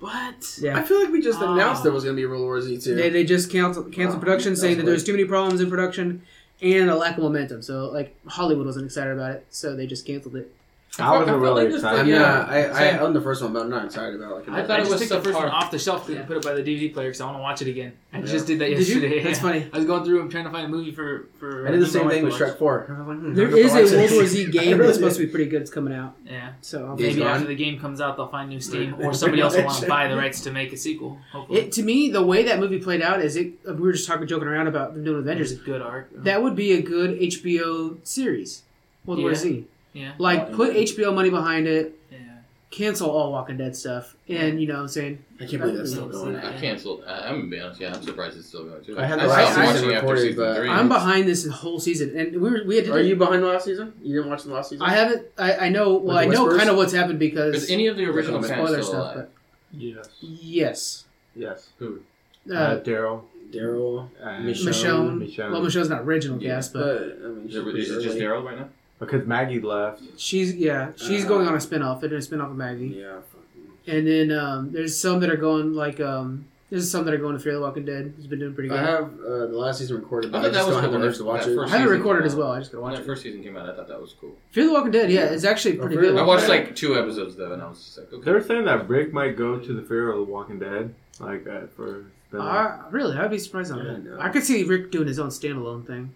Speaker 8: What?
Speaker 1: Yeah.
Speaker 8: I feel like we just
Speaker 4: Um,
Speaker 5: Ah.
Speaker 8: announced there was going to be World War Z two.
Speaker 1: They, they just canceled canceled
Speaker 8: Wow.
Speaker 1: production,
Speaker 8: That
Speaker 1: saying
Speaker 8: was
Speaker 1: that there's too many problems in production and a lack of momentum. So like Hollywood wasn't excited about it, so they just canceled it.
Speaker 3: I wasn't really
Speaker 8: I'm
Speaker 3: excited.
Speaker 8: Uh, yeah,
Speaker 3: Yeah.
Speaker 8: not, I, I
Speaker 5: Same.
Speaker 8: own the first one, but I'm not excited about like.
Speaker 4: I
Speaker 8: another-
Speaker 4: thought
Speaker 5: I
Speaker 4: it
Speaker 5: just
Speaker 4: was
Speaker 5: took the first
Speaker 4: subpar.
Speaker 5: one off the shelf and put it by the DVD player because I want to watch it again. I just did that
Speaker 1: Did you?
Speaker 5: yesterday. *laughs*
Speaker 1: That's funny.
Speaker 5: I was going through and trying to find a movie for for.
Speaker 8: I did the same
Speaker 5: for
Speaker 8: thing
Speaker 5: my
Speaker 8: with Shrek
Speaker 5: watch.
Speaker 8: four. I was like, hmm,
Speaker 1: There
Speaker 8: I'll have
Speaker 1: is
Speaker 8: to
Speaker 1: a
Speaker 8: watch
Speaker 1: World War
Speaker 8: this.
Speaker 1: Z
Speaker 5: *laughs*
Speaker 8: I
Speaker 1: game
Speaker 8: really
Speaker 1: that's supposed
Speaker 8: did.
Speaker 1: to be pretty good. It's coming out.
Speaker 5: Yeah.
Speaker 1: So I'll
Speaker 8: Days
Speaker 5: Maybe
Speaker 8: Gone.
Speaker 5: after the game comes out, they'll find
Speaker 1: *laughs*
Speaker 5: new Steam,
Speaker 8: Right.
Speaker 5: or somebody else will want to
Speaker 8: Right.
Speaker 5: buy the rights to make a sequel. Hopefully,
Speaker 1: It, to me, the way that movie played out is it. We were just talking, joking around about the new
Speaker 5: there's a
Speaker 1: Avengers.
Speaker 5: good arc.
Speaker 1: That would be a good HBO series, World War
Speaker 5: Yeah.
Speaker 1: Z.
Speaker 5: yeah,
Speaker 1: Like put HBO money behind it,
Speaker 5: yeah.
Speaker 1: cancel all Walking Dead stuff, and you know what I'm saying.
Speaker 8: I can't believe that's still going.
Speaker 4: I canceled. I, I'm gonna be honest. Yeah, I'm surprised it's still going too.
Speaker 8: I had
Speaker 1: the last
Speaker 4: stopped
Speaker 8: season
Speaker 4: watching after
Speaker 8: recorded,
Speaker 4: season
Speaker 8: but-
Speaker 4: three.
Speaker 1: I'm behind this whole season, and we were, we had to.
Speaker 8: Are
Speaker 1: do-
Speaker 8: you behind the last season? You didn't watch the last season?
Speaker 1: I haven't. I, I know. Well, I
Speaker 8: Like the
Speaker 1: know
Speaker 8: Whispers?
Speaker 1: kind of what's happened because
Speaker 4: Is any of the original
Speaker 1: Some
Speaker 4: cast
Speaker 1: spoiler
Speaker 4: still
Speaker 1: stuff,
Speaker 4: alive?
Speaker 3: Yes.
Speaker 1: but yes.
Speaker 3: Yes.
Speaker 4: Who?
Speaker 1: Uh,
Speaker 3: Uh, Daryl.
Speaker 8: Daryl.
Speaker 3: and-
Speaker 8: Michonne.
Speaker 1: Michonne.
Speaker 3: Michonne.
Speaker 1: Well, Michonne's not original
Speaker 4: Yeah.
Speaker 1: cast, but
Speaker 8: But I mean,
Speaker 4: Is it- is it just
Speaker 8: early.
Speaker 4: Daryl right now?
Speaker 3: Because Maggie left.
Speaker 1: she's yeah, she's
Speaker 8: Uh,
Speaker 1: going on a spinoff. They're doing a spinoff of Maggie,
Speaker 8: Yeah.
Speaker 1: and then um, there's some that are going like um, there's some that are going to Fear the Walking Dead. Who's been doing pretty good.
Speaker 8: I
Speaker 1: I,
Speaker 8: have uh, the last season recorded,
Speaker 4: I
Speaker 8: but I,
Speaker 4: thought that
Speaker 8: just
Speaker 4: was
Speaker 8: don't have the
Speaker 4: cool.
Speaker 8: nerves to watch
Speaker 4: That
Speaker 8: it.
Speaker 4: first-
Speaker 1: haven't
Speaker 4: season
Speaker 1: recorded
Speaker 4: came
Speaker 1: as
Speaker 4: out.
Speaker 1: well. I just gotta
Speaker 4: When
Speaker 1: watch
Speaker 4: that
Speaker 1: it.
Speaker 4: first season came out, I thought that was cool.
Speaker 1: Fear the Walking Dead. Yeah,
Speaker 8: Yeah.
Speaker 1: it's actually
Speaker 8: Oh,
Speaker 1: pretty
Speaker 8: really?
Speaker 1: good.
Speaker 4: I watched like two episodes of it, and I was just like, okay.
Speaker 3: They were saying that Brick might go to the Fear of the Walking Dead, like uh, for. spin-off.
Speaker 1: Uh, really, I'd be surprised on
Speaker 8: Yeah,
Speaker 1: that.
Speaker 8: no.
Speaker 1: I could see Rick doing his own standalone thing.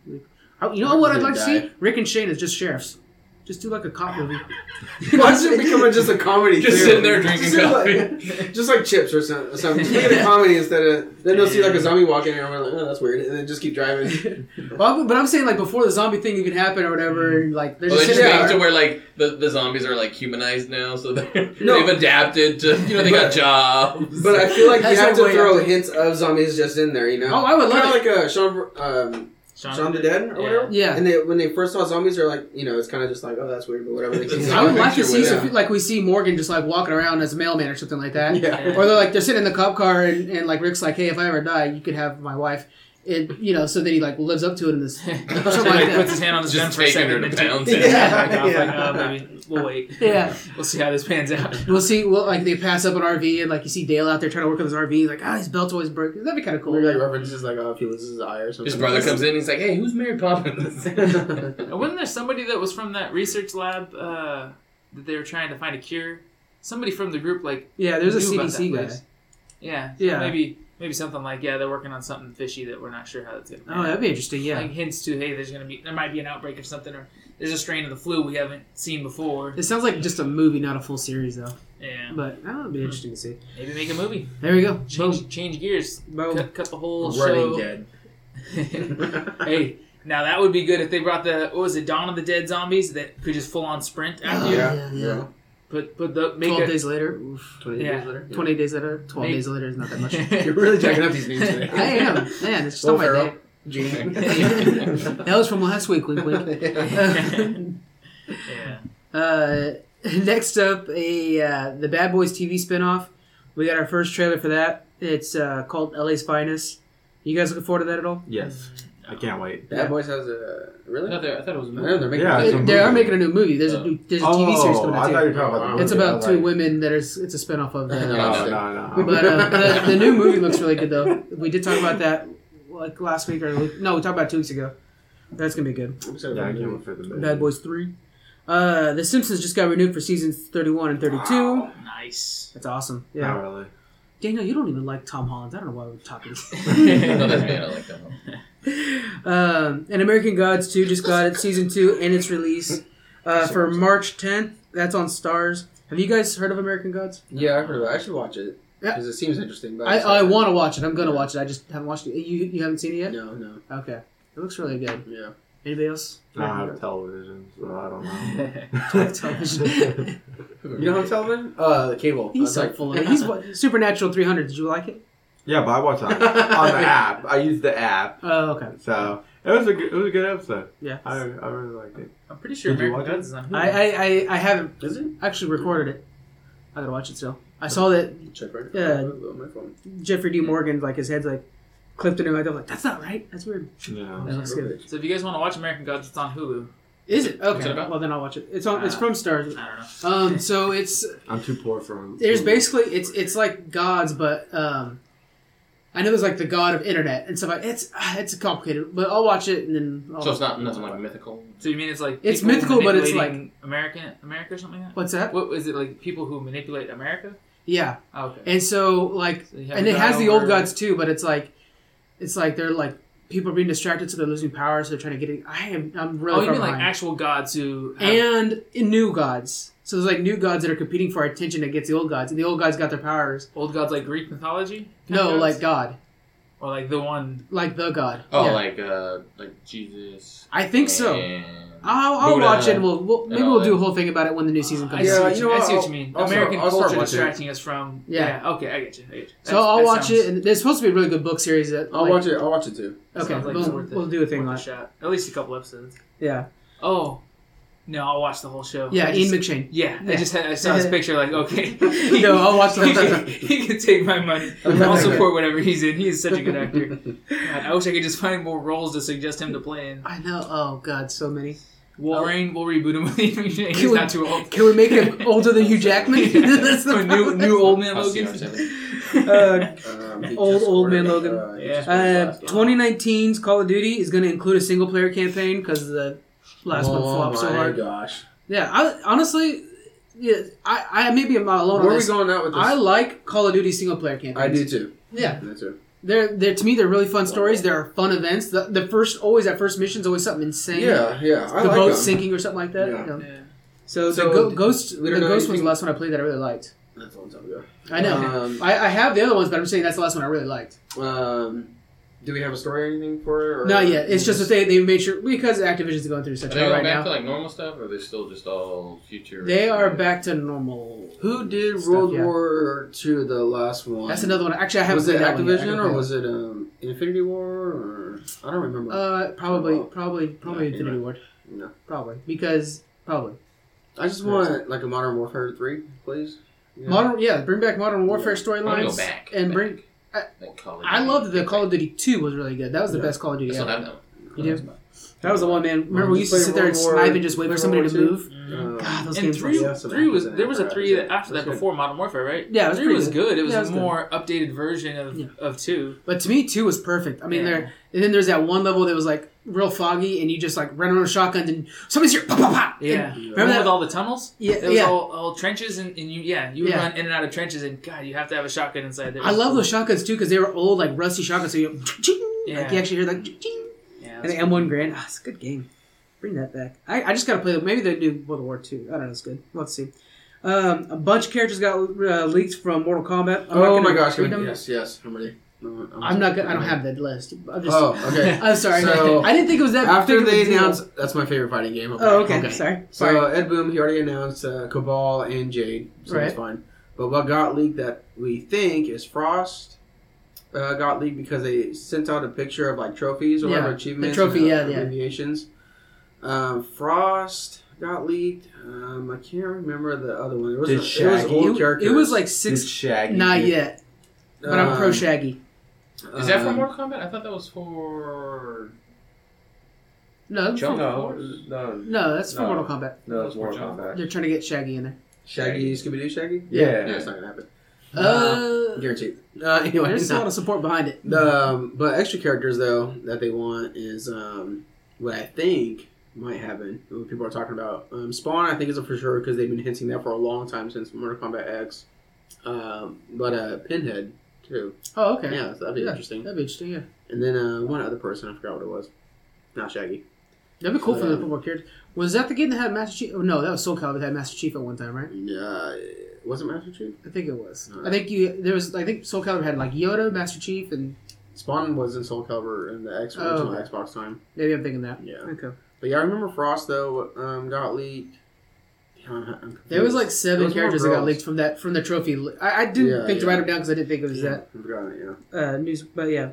Speaker 1: I- You know what I'd
Speaker 8: Rick
Speaker 1: like to
Speaker 8: would
Speaker 1: see? Rick and Shane as just sheriffs. Just do like a
Speaker 8: *laughs*
Speaker 1: cop movie.
Speaker 8: *laughs* Why does it become a- just a comedy?
Speaker 4: Just
Speaker 8: too?
Speaker 4: sitting there drinking
Speaker 8: Just
Speaker 4: coffee.
Speaker 8: Like, *laughs* just like chips or something. something. Just
Speaker 4: *laughs*
Speaker 8: Make it a comedy instead of then they'll see like a zombie walking in and we're like, oh, that's weird, and then just keep
Speaker 4: *laughs*
Speaker 8: driving.
Speaker 1: Well, but I'm saying like before the zombie thing even happened or whatever, and like they're
Speaker 4: Mm-hmm. Well, they
Speaker 1: just
Speaker 4: just
Speaker 1: sitting
Speaker 4: make
Speaker 1: there.
Speaker 4: it to where like the, the zombies are like humanized now, so they're,
Speaker 8: No.
Speaker 4: they've adapted to you know they got
Speaker 8: But-
Speaker 4: jobs.
Speaker 8: But I feel like you
Speaker 1: That's
Speaker 8: have
Speaker 1: the
Speaker 8: to
Speaker 1: way I
Speaker 8: throw
Speaker 1: think.
Speaker 8: hints of zombies just in there, you know.
Speaker 1: Oh, I would Oh, love
Speaker 8: Kinda like a Sean, um,
Speaker 5: Shaun
Speaker 8: Shaun the Dead or
Speaker 5: Yeah.
Speaker 8: whatever.
Speaker 1: Yeah.
Speaker 8: And they, when they first saw zombies, they're like, you know, it's kind of just like, oh, that's weird, but whatever. They keep
Speaker 1: I would like to
Speaker 4: picture
Speaker 1: see
Speaker 4: with
Speaker 1: some, like we see Morgan just like walking around as a mailman or something like
Speaker 4: *laughs*
Speaker 1: that.
Speaker 8: Yeah.
Speaker 1: Or they're like they're sitting in the cop car and, and like Rick's like, hey, if I ever die, you could have my wife. And you know, so then he like lives up to it in
Speaker 4: *laughs*
Speaker 1: this. *laughs*
Speaker 5: Something
Speaker 1: like
Speaker 5: like
Speaker 1: that.
Speaker 5: puts his hand on his gun
Speaker 4: Just
Speaker 5: for a
Speaker 4: taking
Speaker 5: second.
Speaker 4: her to pound.
Speaker 5: and then-
Speaker 8: Yeah.
Speaker 4: it.
Speaker 1: *laughs*
Speaker 5: Yeah, like,
Speaker 8: Yeah.
Speaker 5: oh, maybe we'll wait. *laughs*
Speaker 1: Yeah,
Speaker 5: We'll see how this pans out.
Speaker 1: *laughs* we'll see. Well, like they pass up an RV and like you see Dale out there trying to work on his RV. He's like, ah, his belt's always broken. That'd be kind of cool.
Speaker 8: Maybe like references like, oh, if he loses his eye or something.
Speaker 4: His brother *laughs* comes in. He's like, "Hey, who's Mary Poppins?" *laughs*
Speaker 5: Wasn't there somebody that was from that research lab uh, that they were trying to find a cure? Somebody from the group, like
Speaker 1: yeah, there's a
Speaker 5: knew about
Speaker 1: CDC
Speaker 5: that
Speaker 1: guy.
Speaker 5: place. Yeah, so
Speaker 1: Yeah.
Speaker 5: Maybe maybe something like yeah, they're working on something fishy that we're not sure how that's gonna. pan
Speaker 1: Oh,
Speaker 5: out.
Speaker 1: that'd be interesting. Yeah,
Speaker 5: Like hints to hey, there's gonna be there might be an outbreak of something or there's a strain of the flu we haven't seen before.
Speaker 1: it sounds like just a movie, not a full series though.
Speaker 5: Yeah,
Speaker 1: But I don't know,
Speaker 4: Hmm.
Speaker 1: it'd be interesting to see.
Speaker 5: maybe make a movie.
Speaker 1: There we go. Boom.
Speaker 5: Change change gears.
Speaker 1: Boom.
Speaker 5: Cut, cut the whole
Speaker 8: Running
Speaker 5: show.
Speaker 8: dead.
Speaker 5: *laughs* hey, now that would be good if they brought the what was it, Dawn of the Dead zombies that could just full on sprint after you.
Speaker 8: Yeah.
Speaker 1: yeah.
Speaker 5: Put put the make
Speaker 1: Twelve
Speaker 5: a,
Speaker 1: days later. Oof.
Speaker 8: 28
Speaker 5: Yeah.
Speaker 8: days later. Yeah.
Speaker 1: Twenty days later. Twelve
Speaker 5: Maybe-
Speaker 1: days later is not that *laughs* much.
Speaker 5: *laughs*
Speaker 8: You're really jacking up these names
Speaker 1: I
Speaker 8: today.
Speaker 1: am. Man, it's just not
Speaker 8: Will
Speaker 1: my day.
Speaker 8: Ferrell. Gene.
Speaker 1: That was from last week. Wink, *laughs* wink.
Speaker 5: Yeah.
Speaker 1: Uh, *laughs* next up, a uh, the Bad Boys TV spinoff. We got our first trailer for that. It's uh, called LA's Finest. You guys looking forward to that at all?
Speaker 3: Yes, I can't wait.
Speaker 8: Bad Boys has a
Speaker 4: I
Speaker 8: really.
Speaker 4: thought, there, I thought it was. a
Speaker 8: I
Speaker 4: movie.
Speaker 8: know they're making.
Speaker 3: Yeah,
Speaker 1: They-
Speaker 3: it's a
Speaker 1: they are
Speaker 3: movie.
Speaker 1: making a new movie. There's a
Speaker 4: Oh.
Speaker 1: new, there's a TV series coming
Speaker 3: Oh, I thought you
Speaker 1: out
Speaker 3: were
Speaker 1: too.
Speaker 3: talking about the
Speaker 1: It's
Speaker 3: movie. I
Speaker 1: about
Speaker 3: was
Speaker 1: two
Speaker 3: like,
Speaker 1: women that are. s- It's a spinoff
Speaker 3: *laughs*
Speaker 1: of uh, the.
Speaker 3: No, no, no.
Speaker 1: But uh, *laughs* the, the new movie looks really good though. We did talk about that like last week or the week- no, we talked about it two weeks ago. That's gonna be good.
Speaker 3: *laughs* yeah, I can't wait for the movie.
Speaker 1: Bad Boys Three. Uh, the Simpsons just got renewed for seasons thirty-one and thirty-two.
Speaker 5: Nice.
Speaker 1: That's awesome. Yeah,
Speaker 3: Not really.
Speaker 1: Daniel, you don't even like Tom Holland. I don't know why we're talking.
Speaker 4: no, that's me. I don't like that one.
Speaker 1: um, and American Gods two just got its season two and its release uh, for March tenth. That's on Stars. Have you guys heard of American Gods?
Speaker 8: Yeah, I heard of it. I should watch it
Speaker 1: Yeah.
Speaker 8: because it seems interesting. But
Speaker 1: I, I want to watch it. I'm gonna watch it. I just haven't watched it. You you haven't seen it yet?
Speaker 8: No, no.
Speaker 1: Okay, it looks really good.
Speaker 8: Yeah.
Speaker 1: Anybody else?
Speaker 3: I don't have television, so I
Speaker 1: *laughs*
Speaker 3: don't know.
Speaker 1: television.
Speaker 8: You don't have television? Uh, the cable.
Speaker 1: He's so full of it. He's what, Supernatural 300. Did you like it?
Speaker 3: yeah, but I watched it on, on the app. I used the app,
Speaker 1: Oh, okay.
Speaker 3: so it was a good, it was a good episode.
Speaker 1: Yeah.
Speaker 3: I, I really liked it.
Speaker 5: I'm pretty sure
Speaker 3: Did you
Speaker 5: American
Speaker 3: watch it?
Speaker 5: Gods is on Hulu.
Speaker 1: I, I, I, I haven't
Speaker 8: Is it?
Speaker 1: actually recorded it. I gotta watch it still. I saw that
Speaker 8: Check right. now.
Speaker 1: Yeah.
Speaker 8: Oh, my phone.
Speaker 1: Jeffrey D. Morgan, like his head's like clipped into it. I'm like, that's not right. That's weird.
Speaker 3: Yeah.
Speaker 1: That looks good.
Speaker 5: so if you guys want to watch American Gods, it's on Hulu.
Speaker 1: Is it okay?
Speaker 4: What's it about?
Speaker 1: well, then I'll watch it. It's on. It's
Speaker 5: Uh,
Speaker 1: from Stars.
Speaker 5: I don't know.
Speaker 1: Um, so it's
Speaker 3: I'm too poor for.
Speaker 1: there's basically it's it's like gods, but um, I know there's like the god of internet and stuff. Like it's ah, it's complicated, but I'll watch it and then. I'll,
Speaker 4: So it's not nothing like mythical.
Speaker 5: So you mean it's like
Speaker 1: It's
Speaker 5: people
Speaker 1: mythical, but it's
Speaker 5: manipulating American America or something like
Speaker 1: What's
Speaker 5: that.
Speaker 1: that?
Speaker 5: What is it like? People who manipulate America?
Speaker 1: Yeah,
Speaker 5: Oh, okay.
Speaker 1: and so like
Speaker 5: So you have
Speaker 1: and
Speaker 5: a
Speaker 1: it
Speaker 5: guy
Speaker 1: has the
Speaker 5: over-
Speaker 1: old gods too, but it's like, it's like they're like people are being distracted, so they're losing power, so they're trying to get it. I am I'm really
Speaker 5: Oh, you
Speaker 1: far
Speaker 5: mean like
Speaker 1: behind.
Speaker 5: actual gods who? Have,
Speaker 1: and in new gods. So there's like new gods that are competing for our attention against the old gods, and the old gods got their powers.
Speaker 5: old gods like Greek mythology? kind
Speaker 1: No,
Speaker 5: of gods?
Speaker 1: like God,
Speaker 5: or like the one.
Speaker 1: like the god.
Speaker 4: Oh,
Speaker 1: Yeah.
Speaker 4: like uh, like Jesus.
Speaker 1: I think so.
Speaker 4: and-
Speaker 1: I'll, I'll
Speaker 4: Buddha.
Speaker 1: watch it. And we'll, we'll maybe
Speaker 4: all
Speaker 1: we'll do
Speaker 4: that.
Speaker 1: a whole thing about it when the new season
Speaker 5: I uh,
Speaker 1: comes.
Speaker 5: see,
Speaker 1: out.
Speaker 8: Yeah,
Speaker 5: what,
Speaker 8: you
Speaker 5: you
Speaker 8: know
Speaker 5: I
Speaker 8: what,
Speaker 5: see
Speaker 8: I'll-
Speaker 5: what you mean.
Speaker 8: I'll start-
Speaker 5: American
Speaker 8: I'll start
Speaker 5: culture
Speaker 8: watching it.
Speaker 5: distracting us from.
Speaker 1: Yeah.
Speaker 5: Yeah. Okay, I get you. I get you.
Speaker 1: So I'll watch it, and there's supposed to be a really good book series. That,
Speaker 8: I'll watch it. I'll watch it too.
Speaker 1: Okay, we'll, we'll do a thing
Speaker 5: like
Speaker 1: like
Speaker 5: shot. At least a couple episodes.
Speaker 1: yeah,
Speaker 5: Oh, no, I'll watch the whole show.
Speaker 1: yeah.
Speaker 5: I
Speaker 1: Ian
Speaker 5: just-
Speaker 1: McShane.
Speaker 5: Yeah,
Speaker 1: Yeah. Uh-huh.
Speaker 5: I just had, I saw his picture. Like, okay,
Speaker 1: *laughs* No, I'll watch the whole
Speaker 5: *laughs* he,
Speaker 1: thing.
Speaker 5: can, he can take my money. I'll support whatever he's in. He is such a good
Speaker 1: *laughs*
Speaker 5: actor. God, I wish I could just find more roles to suggest him to play in.
Speaker 1: I know. Oh God, so many.
Speaker 5: Wolverine, we'll reboot *laughs* him with Ian McShane. He's
Speaker 1: we-
Speaker 5: not too old.
Speaker 1: Can we make *laughs* him older than Hugh Jackman? *laughs* That's the
Speaker 5: Or new,
Speaker 8: *laughs*
Speaker 5: new old man
Speaker 4: I'll see
Speaker 5: Logan.
Speaker 4: you on Saturday.
Speaker 5: *laughs*
Speaker 1: Uh,
Speaker 8: *laughs*
Speaker 1: *laughs*
Speaker 8: Um, he
Speaker 1: Old-
Speaker 8: just
Speaker 1: old man
Speaker 8: ordered,
Speaker 1: Logan.
Speaker 8: uh, he
Speaker 5: Yeah.
Speaker 8: just ordered
Speaker 1: uh,
Speaker 8: last night.
Speaker 1: 2019's Call of Duty is going to include a single player campaign because the last one
Speaker 8: Oh
Speaker 1: flopped so
Speaker 8: my
Speaker 1: hard.
Speaker 8: gosh.
Speaker 1: Yeah, I, honestly, yeah, I, I maybe I'm not alone on
Speaker 8: Where are we
Speaker 1: this.
Speaker 8: going out with this?
Speaker 1: I like Call of Duty single player campaigns.
Speaker 8: I do too.
Speaker 1: Yeah,
Speaker 8: Me too.
Speaker 1: they're they're to me they're really fun stories. There are fun events. The, the first always that first mission's always something insane.
Speaker 8: Yeah, yeah. I
Speaker 1: the
Speaker 8: like
Speaker 1: boat
Speaker 8: them.
Speaker 1: sinking or something like that.
Speaker 8: Yeah.
Speaker 1: you know.
Speaker 5: Yeah.
Speaker 1: So,
Speaker 8: So,
Speaker 1: the go- ghost
Speaker 8: we
Speaker 1: the
Speaker 8: don't know
Speaker 1: ghost was
Speaker 8: anything-
Speaker 1: the last one I played that I really liked.
Speaker 8: That's a long time ago.
Speaker 1: I know.
Speaker 8: Um,
Speaker 1: I, I have the other ones, but I'm saying that's the last one I really liked.
Speaker 8: um, do we have a story or anything for it? Or
Speaker 1: Not yet. It's just that they, they made sure because Activision's going through
Speaker 4: Are
Speaker 1: such a
Speaker 4: they
Speaker 1: hell
Speaker 4: going
Speaker 1: right
Speaker 4: back
Speaker 1: now.
Speaker 4: to like normal stuff, or they're still just all future?
Speaker 1: They are back to normal.
Speaker 8: Mm-hmm. Who did
Speaker 1: Stuff,
Speaker 8: World
Speaker 1: yeah.
Speaker 8: War Two? The last one.
Speaker 1: That's another one. Actually, I haven't.
Speaker 8: Was it
Speaker 1: played that one yet. I
Speaker 8: Activision
Speaker 1: haven't
Speaker 8: or
Speaker 1: played
Speaker 8: was it um, Infinity War? Or... I don't remember.
Speaker 1: Uh, probably,
Speaker 8: Well,
Speaker 1: probably, probably
Speaker 8: yeah,
Speaker 1: Infinity Ward.
Speaker 8: No.
Speaker 1: probably because probably
Speaker 8: I just want like a Modern Warfare three, please. Yeah.
Speaker 1: modern. Yeah, bring back Modern Warfare
Speaker 4: I'm gonna
Speaker 1: storylines
Speaker 4: go back
Speaker 1: and
Speaker 4: back.
Speaker 1: bring.
Speaker 4: Like Call of
Speaker 1: I
Speaker 4: Duty.
Speaker 1: loved the
Speaker 4: Back.
Speaker 1: Call of Duty Two was really good. That was the
Speaker 8: Yeah.
Speaker 1: best Call of Duty
Speaker 4: That's what
Speaker 1: ever.
Speaker 4: I've done.
Speaker 1: You do? That was the one, man. Remember we used
Speaker 8: Just
Speaker 1: to sit
Speaker 8: play
Speaker 1: there and
Speaker 8: World War-
Speaker 1: snipe and just wait
Speaker 8: play
Speaker 1: for somebody
Speaker 8: World
Speaker 1: to
Speaker 8: War
Speaker 1: move.
Speaker 5: Mhm.
Speaker 8: Uh,
Speaker 1: God, those
Speaker 5: and
Speaker 1: games. were
Speaker 5: three,
Speaker 8: yeah, some
Speaker 5: three was
Speaker 8: actors in
Speaker 5: there
Speaker 8: it,
Speaker 5: was a
Speaker 8: right,
Speaker 5: three
Speaker 8: that's
Speaker 5: that after
Speaker 8: good.
Speaker 5: that before Modern Warfare, right?
Speaker 1: Yeah, it was
Speaker 5: three
Speaker 1: pretty
Speaker 5: was
Speaker 1: good.
Speaker 5: good. It was
Speaker 1: Yeah, it
Speaker 5: a
Speaker 1: was good.
Speaker 5: more updated version of,
Speaker 1: Yeah.
Speaker 5: of two.
Speaker 1: But to me, two was perfect. I mean,
Speaker 5: Yeah.
Speaker 1: there and then there's that one level that was like real foggy, and you just like run around with shotguns and somebody's here, pop, pop, pop. And
Speaker 5: Yeah.
Speaker 1: remember
Speaker 5: Remember
Speaker 1: that?
Speaker 5: with all the tunnels? It
Speaker 1: yeah,
Speaker 5: was
Speaker 1: yeah.
Speaker 5: all, all trenches and, and you yeah you would
Speaker 1: Yeah.
Speaker 5: run in and out of trenches and God you have to have a shotgun inside there.
Speaker 1: I love those shotguns too because they were old, like rusty shotguns. So you, ching, like
Speaker 5: Yeah.
Speaker 1: you actually hear like ching, ching.
Speaker 5: Yeah,
Speaker 1: and the M1 Grand. Ah, it's a good game. Bring that back. I, I just gotta play. Maybe they do World War Two. I don't know. It's good. Let's see. Um, a bunch of characters got uh, leaked from Mortal Kombat. I'm not
Speaker 8: oh
Speaker 1: gonna
Speaker 8: my gosh!
Speaker 1: read
Speaker 8: good.
Speaker 1: them.
Speaker 8: Yes, yes, I'm ready. I'm,
Speaker 1: I'm not gonna. I don't have that list. I'm just.
Speaker 8: Oh, okay.
Speaker 1: *laughs* I'm sorry.
Speaker 8: So-
Speaker 1: *laughs* I didn't think it was that.
Speaker 8: After
Speaker 1: big of a
Speaker 8: they
Speaker 1: deal.
Speaker 8: announced, that's my favorite fighting game.
Speaker 1: Oh, okay. Sorry.
Speaker 8: So Ed Boom, he already announced uh, Cabal and Jade, so
Speaker 1: Right.
Speaker 8: that's fine. But what got leaked that we think is Frost uh, got leaked because they sent out a picture of like trophies or whatever
Speaker 1: Yeah,
Speaker 8: achievements,
Speaker 1: the trophy,
Speaker 8: and, uh,
Speaker 1: yeah, yeah.
Speaker 8: abbreviations. Um, Frost got leaked. Um, I can't remember the other one. It was,
Speaker 3: Did
Speaker 8: a, it was
Speaker 3: Shaggy-
Speaker 8: old
Speaker 1: It,
Speaker 8: characters.
Speaker 1: it was like
Speaker 3: Did
Speaker 1: six.
Speaker 3: Shaggy.
Speaker 1: Not
Speaker 3: do-
Speaker 1: yet, but I'm pro Shaggy.
Speaker 4: Is that for
Speaker 8: um,
Speaker 4: Mortal Kombat? I thought that was for
Speaker 1: No, that's
Speaker 4: Jump
Speaker 1: from-
Speaker 4: No,
Speaker 3: no,
Speaker 1: no, that's for
Speaker 3: No.
Speaker 1: Mortal Kombat.
Speaker 3: no, it's Mortal Kombat.
Speaker 1: They're trying to get Shaggy in there.
Speaker 8: Shaggy Scooby Doo Shaggy?
Speaker 3: Yeah.
Speaker 8: that's not gonna happen.
Speaker 1: Uh,
Speaker 8: Guaranteed. Uh, *laughs* anyway,
Speaker 1: there's a lot of support behind it.
Speaker 8: The, um, but extra characters though that they want is um, what I think might happen. What people are talking about um, Spawn. I think is a for sure because they've been hinting that for a long time since Mortal Kombat X. Um, but uh, Pinhead too.
Speaker 1: Oh, okay.
Speaker 8: Yeah, so that'd be
Speaker 1: Yeah.
Speaker 8: interesting.
Speaker 1: That'd be interesting. Yeah,
Speaker 8: And then uh, one other person I forgot what it was. Not Shaggy.
Speaker 1: that'd be cool for the
Speaker 8: Um,
Speaker 1: football characters. Was that the game that had Master Chief? Oh, no, that was Soul Calibur that had Master Chief at one time, right?
Speaker 8: Uh, was it Master Chief?
Speaker 1: I think it was.
Speaker 8: No.
Speaker 1: I think you there was. I think Soul Calibur had like Yoda, Master Chief, and
Speaker 8: Spawn was in Soul Calibur in the X
Speaker 1: Oh,
Speaker 8: original
Speaker 1: okay.
Speaker 8: Xbox time.
Speaker 1: maybe I'm thinking that.
Speaker 8: Yeah.
Speaker 1: Okay.
Speaker 8: But yeah, I remember Frost though um, got leaked. Damn, I'm- I'm
Speaker 1: There was
Speaker 8: confused.
Speaker 1: like seven
Speaker 8: Those were
Speaker 1: characters that got
Speaker 8: girls.
Speaker 1: leaked from that from the trophy. li- I, I didn't
Speaker 8: Yeah,
Speaker 1: think to
Speaker 8: yeah.
Speaker 1: write them down because I didn't think it was that.
Speaker 8: I forgot it, yeah.
Speaker 1: uh, news, but yeah.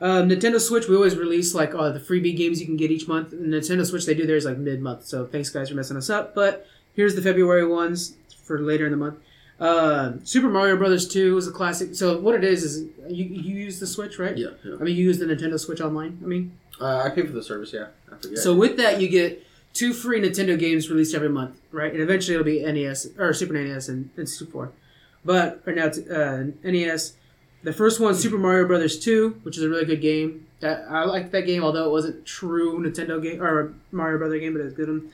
Speaker 1: Um, Nintendo Switch, we always release like uh, the freebie games you can get each month. And Nintendo Switch, they do theirs like mid month. So thanks, guys, for messing us up. But here's the February ones for later in the month. Uh, Super Mario Brothers 2 is a classic. So what it is is you, you use the Switch, right?
Speaker 8: Yeah, yeah.
Speaker 1: I mean, you use the Nintendo Switch online. I mean,
Speaker 8: Uh, I pay for the service, yeah. I forget.
Speaker 1: so with that, you get two free Nintendo games released every month, right? And eventually it'll be NES or Super NES and, and Super. But right now it's uh, NES. The first one, Super Mario Brothers Two, which is a really good game. That I liked that game, although it wasn't true Nintendo game or Mario Brother game, but it's a good one.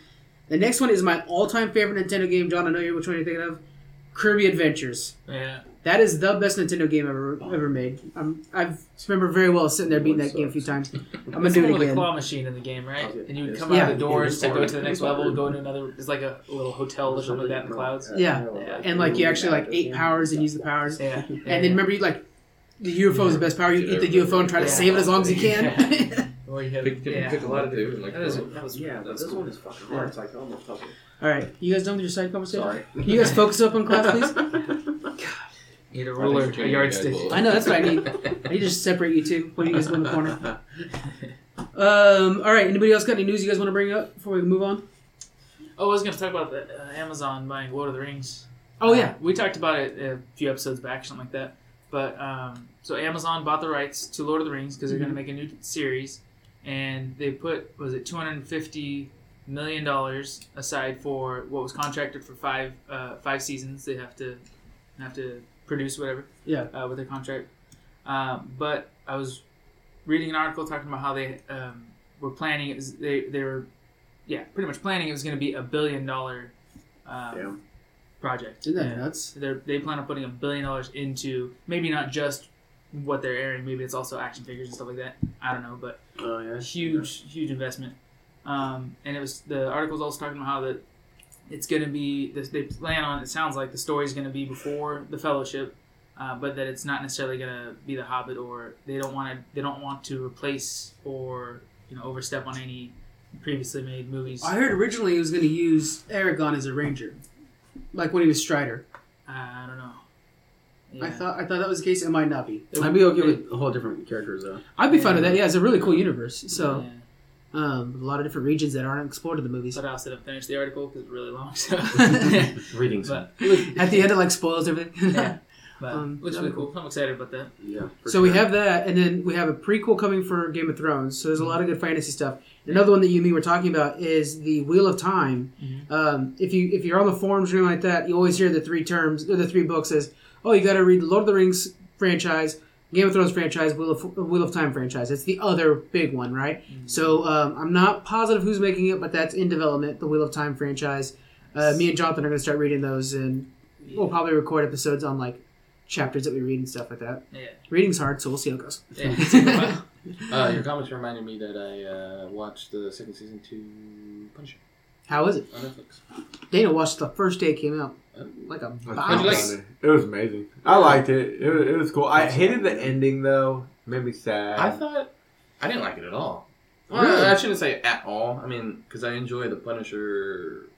Speaker 1: The next one is my all-time favorite Nintendo game, John. I know you which one you're thinking of, Kirby Adventures.
Speaker 5: yeah.
Speaker 1: That is the best Nintendo game ever ever made. I'm, I remember very well sitting there beating that game a few times. I'm gonna
Speaker 5: That's
Speaker 1: do
Speaker 5: the
Speaker 1: it
Speaker 5: one with the
Speaker 1: again.
Speaker 5: claw machine in the game, right?
Speaker 8: Okay.
Speaker 5: And you would
Speaker 8: Yes.
Speaker 5: come out
Speaker 1: Yeah.
Speaker 5: of the doors to
Speaker 8: Yeah.
Speaker 5: go to the next
Speaker 8: Yeah.
Speaker 5: level, go into another. It's like a little hotel or something like that in the clouds.
Speaker 1: Yeah.
Speaker 5: Yeah.
Speaker 1: and like you actually like eight powers and use the powers. *laughs*
Speaker 5: Yeah.
Speaker 1: And then remember, you like the UFO is the best power. You eat the UFO and try to
Speaker 5: Yeah.
Speaker 1: save it as long as you can.
Speaker 5: Well, you have-
Speaker 4: Pick, pick,
Speaker 5: yeah.
Speaker 4: pick a lot of dude. Like,
Speaker 5: That was that was
Speaker 11: Yeah, but
Speaker 4: That's
Speaker 11: this
Speaker 4: cool.
Speaker 11: one is fucking hard. It's like almost puzzle.
Speaker 1: *laughs* All right, you guys done with your side conversation? Can you guys focus up on
Speaker 8: *laughs*
Speaker 1: class, please?
Speaker 5: need a ruler, a yardstick.
Speaker 1: I know that's what I need. I need to just separate you two. What do you guys go in the corner? Um. All right. Anybody else got any news you guys want to bring up before we move on?
Speaker 5: Oh, I was going to talk about the uh, Amazon buying Lord of the Rings.
Speaker 1: Oh yeah.
Speaker 5: Uh, we talked about it a few episodes back, something like that. But um, so Amazon bought the rights to Lord of the Rings because they're
Speaker 1: Mm-hmm.
Speaker 5: going to make a new series, and they put was it two hundred and fifty million dollars aside for what was contracted for five uh, five seasons. They have to have to produce whatever
Speaker 1: Yeah.
Speaker 5: uh, with their contract. Um, but I was reading an article talking about how they um, were planning it was they they were yeah pretty much planning it was going to be a billion dollar um,
Speaker 8: Damn.
Speaker 5: project.
Speaker 1: Isn't that
Speaker 5: Yeah.
Speaker 1: nuts?
Speaker 5: So they're, they plan on putting a billion dollars into maybe not just what they're airing, maybe it's also action figures and stuff like that. I don't know, but
Speaker 8: Oh, yeah.
Speaker 5: huge, huge investment. Um, and it was the article was also talking about how that it's going to be this, they plan on. It sounds like the story's going to be before the Fellowship, uh, but that it's not necessarily going to be the Hobbit, or they don't want to they don't want to replace or you know overstep on any previously made movies.
Speaker 1: I heard originally he was going to use Aragon as a ranger, like when he was Strider.
Speaker 5: I don't know.
Speaker 1: I thought I thought that was the case. It might not be.
Speaker 2: I'd be okay with a whole different characters though.
Speaker 1: I'd be
Speaker 5: Yeah.
Speaker 1: fine with that. Yeah, it's a really cool universe. So
Speaker 5: Yeah.
Speaker 1: um, a lot of different regions that aren't explored in the movies.
Speaker 5: But I also didn't finish the article because it's really long. So,
Speaker 3: Reading
Speaker 5: but,
Speaker 1: At the end, it like spoils everything. *laughs*
Speaker 5: yeah, but
Speaker 1: Um,
Speaker 5: looks really cool. I'm excited about that.
Speaker 2: Yeah. for
Speaker 1: so we
Speaker 2: sure.
Speaker 1: have that, and then we have a prequel coming for Game of Thrones. So there's a lot of good fantasy stuff. Another one that you and me were talking about is the Wheel of Time. Um, if you if you're on the forums or anything like that, you always hear the three terms or the three books as, oh, you got to read Lord of the Rings franchise, Game of Thrones franchise, Wheel of Wheel of Time franchise. It's the other big one, right? So um, I'm not positive who's making it, but that's in development. The Wheel of Time franchise. Uh, me and Jonathan are going to start reading those, and we'll probably record episodes on like chapters that we read and stuff like that.
Speaker 5: Yeah.
Speaker 1: Reading's hard, so we'll see how it goes.
Speaker 5: Yeah, it's been a
Speaker 4: *laughs*
Speaker 5: while.
Speaker 4: Uh, your comments reminded me that I uh, watched the second season to Punisher
Speaker 1: *laughs* How is it?
Speaker 4: on Netflix.
Speaker 1: Dana watched the first day it came out. Like a
Speaker 3: How'd
Speaker 1: bomb.
Speaker 3: you like it? It was amazing. I liked it. It was, it was cool. I hated the ending though. Made me sad.
Speaker 4: I thought I didn't like it at all. Well,
Speaker 1: Really?
Speaker 4: I, I shouldn't say at all. I mean, because I enjoy the Punisher.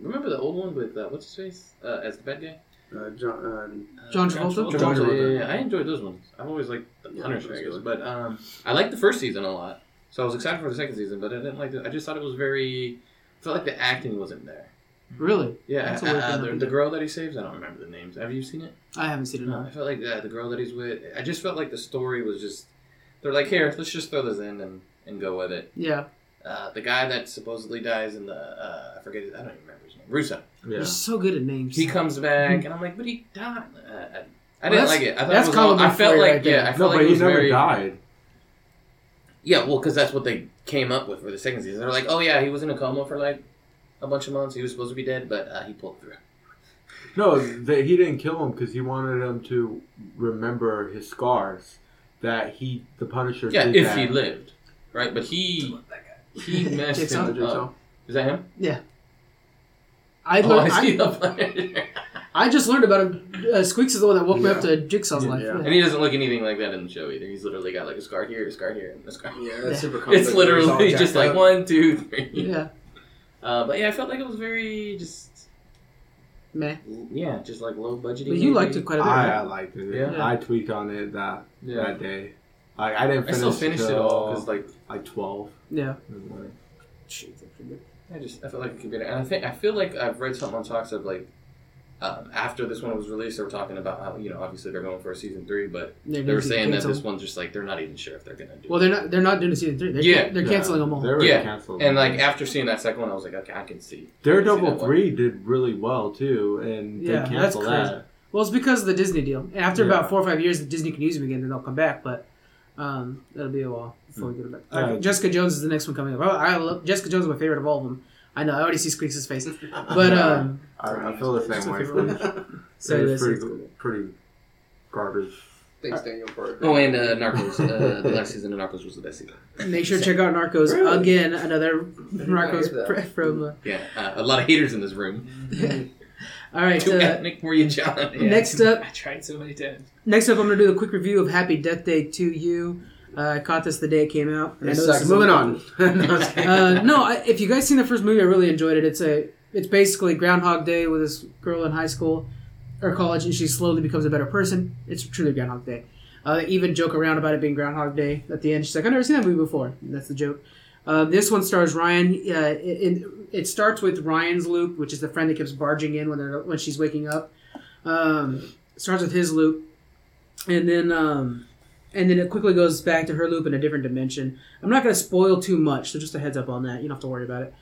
Speaker 4: Remember the old one with uh, what's his face uh, as the bad guy?
Speaker 2: Uh, John, um,
Speaker 4: Uh,
Speaker 1: John Travolta?
Speaker 4: John
Speaker 2: John
Speaker 4: Travolta,
Speaker 2: Travolta.
Speaker 4: yeah, yeah, I enjoyed those ones. I've always liked the
Speaker 2: Yeah,
Speaker 4: Punisher,
Speaker 2: those
Speaker 4: I
Speaker 2: are
Speaker 4: guess.
Speaker 2: good.
Speaker 4: But um, I liked the first season a lot, so I was excited for the second season. But I didn't like. The, I just thought it was very. felt like the acting wasn't there.
Speaker 1: Really?
Speaker 4: Yeah,
Speaker 1: That's a
Speaker 4: uh,
Speaker 1: weird
Speaker 4: uh,
Speaker 1: thing
Speaker 4: the,
Speaker 1: to
Speaker 4: the
Speaker 1: do.
Speaker 4: girl that he saves. I don't remember the names. Have you seen it?
Speaker 1: I haven't seen it.
Speaker 4: No, I felt like uh, the girl that he's with. I just felt like the story was just. They're like, here, let's just throw this in and, and go with it.
Speaker 1: Yeah.
Speaker 4: Uh, the guy that supposedly dies in the uh, I forget. I don't even remember his name. Russo.
Speaker 3: yeah.
Speaker 1: You're so good at names.
Speaker 4: He comes back, and I'm like, but he died. Uh, I, I
Speaker 1: Well,
Speaker 4: didn't
Speaker 1: that's-
Speaker 4: like it. I thought
Speaker 1: that's
Speaker 4: it was all, I
Speaker 1: Colin
Speaker 4: felt
Speaker 1: McRae
Speaker 4: like
Speaker 1: right there.
Speaker 4: yeah, I
Speaker 3: no,
Speaker 4: felt
Speaker 3: but
Speaker 4: like it
Speaker 3: he
Speaker 4: was
Speaker 3: never
Speaker 4: very
Speaker 3: died.
Speaker 4: yeah. Well, because that's what they came up with for the second season. They're like, oh yeah, he was in a coma for like a bunch of months. He was supposed to be dead, but uh, he pulled through.
Speaker 3: No, they, he didn't kill him because he wanted him to remember his scars. That he, the Punisher.
Speaker 4: Yeah,
Speaker 3: did
Speaker 4: if
Speaker 3: that.
Speaker 4: he lived, right? But he he
Speaker 1: *laughs*
Speaker 4: messed
Speaker 1: Jigsaw?
Speaker 4: him
Speaker 2: Jigsaw.
Speaker 4: up. Is that him?
Speaker 1: I,
Speaker 4: *laughs* Oh, I
Speaker 1: learned,
Speaker 4: see
Speaker 1: I,
Speaker 4: the Punisher.
Speaker 1: I just learned about him. Uh, Squeaks is the one that woke me up
Speaker 2: Yeah.
Speaker 1: to Jigsaw's life.
Speaker 2: Yeah.
Speaker 4: And he doesn't look anything like that in the show either. He's literally got like a scar here, a scar here, and a scar.
Speaker 2: yeah,
Speaker 1: *laughs*
Speaker 2: that's super complex.
Speaker 4: It's literally
Speaker 2: all
Speaker 4: just
Speaker 2: jacked
Speaker 4: like
Speaker 2: up.
Speaker 4: one, two, three.
Speaker 1: Yeah.
Speaker 4: Uh, but yeah, I felt like it was very just
Speaker 1: Meh.
Speaker 4: yeah, just like low budgeting.
Speaker 1: But you liked it quite a bit.
Speaker 3: I, uh,
Speaker 1: right?
Speaker 3: I liked it.
Speaker 4: Yeah.
Speaker 3: I tweaked on it that
Speaker 4: Yeah,
Speaker 3: that day. I, I didn't
Speaker 4: I
Speaker 3: finish.
Speaker 4: still finished it all because
Speaker 3: till,
Speaker 4: like
Speaker 3: like twelve
Speaker 1: Yeah.
Speaker 3: in the morning.
Speaker 4: I just I felt like a computer, and I think I feel like I've read something on talks of like um, after this one was released, they were talking about how you know obviously they're going for a season three, but they were saying that this one's just like they're not even sure if they're gonna do.
Speaker 1: Well,
Speaker 4: it.
Speaker 1: they're not. They're not doing a season three. They're,
Speaker 4: Yeah.
Speaker 1: They're
Speaker 3: Yeah,
Speaker 1: canceling them all.
Speaker 3: They were
Speaker 4: Yeah,
Speaker 3: canceled.
Speaker 4: and like after seeing that second one, I was like, okay, I can see. See
Speaker 3: Daredevil
Speaker 4: that one.
Speaker 3: three did really well too, and
Speaker 1: Yeah,
Speaker 3: they
Speaker 1: that's
Speaker 3: canceled
Speaker 1: crazy.
Speaker 3: that.
Speaker 1: Well, it's because of the Disney deal. And after
Speaker 3: Yeah.
Speaker 1: about four or five years, if Disney can use them again, then they'll come back. But um, it'll be a while before we get it back.
Speaker 3: Yeah.
Speaker 1: Okay, Jessica Jones is the next one coming up. I, I love Jessica Jones. Is my favorite of all of them. I know. I already see Squeaks' face.
Speaker 3: *laughs*
Speaker 1: But um,
Speaker 3: I, I feel the same way.
Speaker 1: so
Speaker 3: *laughs* it
Speaker 1: this
Speaker 3: was pretty,
Speaker 1: is-
Speaker 3: pretty garbage.
Speaker 8: *laughs* Thanks, Daniel, for it.
Speaker 12: Oh, and uh, Narcos. Uh, the last season of Narcos was the best season.
Speaker 1: make sure to check out Narcos
Speaker 8: Really?
Speaker 1: again. Another
Speaker 8: did not hear
Speaker 1: Narcos *laughs*
Speaker 8: that.
Speaker 1: pre- from. Uh,
Speaker 12: Yeah, uh, a lot of haters in this room.
Speaker 2: Mm-hmm.
Speaker 1: all
Speaker 12: *laughs*
Speaker 1: right.
Speaker 12: Too
Speaker 1: Uh,
Speaker 12: ethnic for you, John. Yeah.
Speaker 1: next up,
Speaker 5: *laughs* I tried so many times.
Speaker 1: next up, I'm gonna do a quick review of Happy Death Day to you. Uh, I caught this the day it came out. and I
Speaker 2: It
Speaker 1: know this
Speaker 2: sucks.
Speaker 1: is-
Speaker 2: Moving on. No, it's-
Speaker 1: *laughs* uh, no, I, if you guys seen the first movie, I really enjoyed it. It's a it's basically Groundhog Day with this girl in high school or college, and she slowly becomes a better person. It's truly Groundhog Day. Uh, they even joke around about it being Groundhog Day at the end. She's like, I've never seen that movie before. And that's the joke. Uh, this one stars Ryan. Uh, it, it, it starts with Ryan's loop, which is the friend that keeps barging in when they're when she's waking up. Um, starts with his loop, and then um, and then it quickly goes back to her loop in a different dimension. I'm not going to spoil too much, so just a heads up on that. You don't have to worry about it.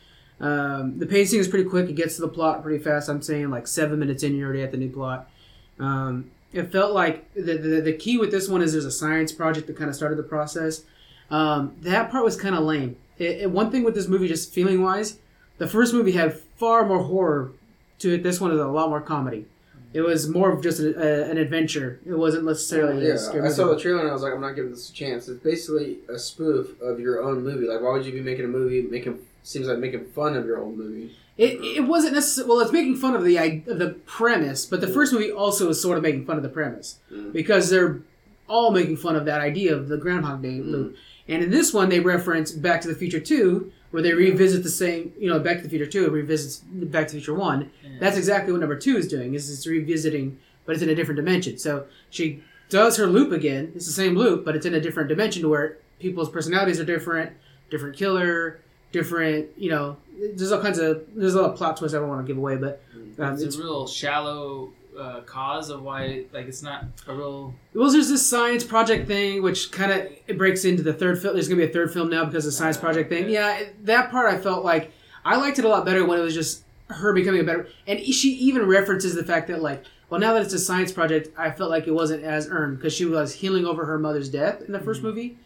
Speaker 1: Um, the pacing is pretty quick. It gets to the plot pretty fast. I'm saying like seven minutes in, you're already at the new plot. Um, it felt like the, the the key with this one is there's a science project that kind of started the process. Um, that part was kind of lame. It, it- one thing with this movie, just feeling wise, the first movie had far more horror to it. This one is a lot more comedy. It was more of just a, a, an adventure. It wasn't necessarily a scary
Speaker 2: yeah, I
Speaker 1: movie.
Speaker 2: saw the trailer and I was like, I'm not giving this a chance. It's basically a spoof of your own movie. Like, why would you be making a movie making seems like making fun of your old movie?
Speaker 1: It, it wasn't necessarily well. It's making fun of the i- of the premise, but the first movie also is sort of making fun of the premise
Speaker 2: Mm.
Speaker 1: because they're all making fun of that idea of the Groundhog Day loop. And in this one, they reference Back to the Future Two, where they revisit the same. You know, Back to the Future Two revisits Back to the Future One. That's exactly what number two is doing. Is it's revisiting but it's in a different dimension. So she does her loop again. It's the same loop, but it's in a different dimension where people's personalities are different, different killer, different. You know, there's all kinds of there's a lot of plot twists I don't want to give away, but um,
Speaker 5: it's,
Speaker 1: it's
Speaker 5: a real shallow uh, cause of why like it's not a real
Speaker 1: Well, there's this science project thing, which kind of it breaks into the third film. There's gonna be a third film now because of the science
Speaker 5: Ah,
Speaker 1: project thing.
Speaker 5: okay.
Speaker 1: Yeah, it- that part I felt like I liked it a lot better when it was just her becoming a better. And she even references the fact that like, well, now that it's a science project, I felt like it wasn't as earned because she was healing over her mother's death in the 1st movie,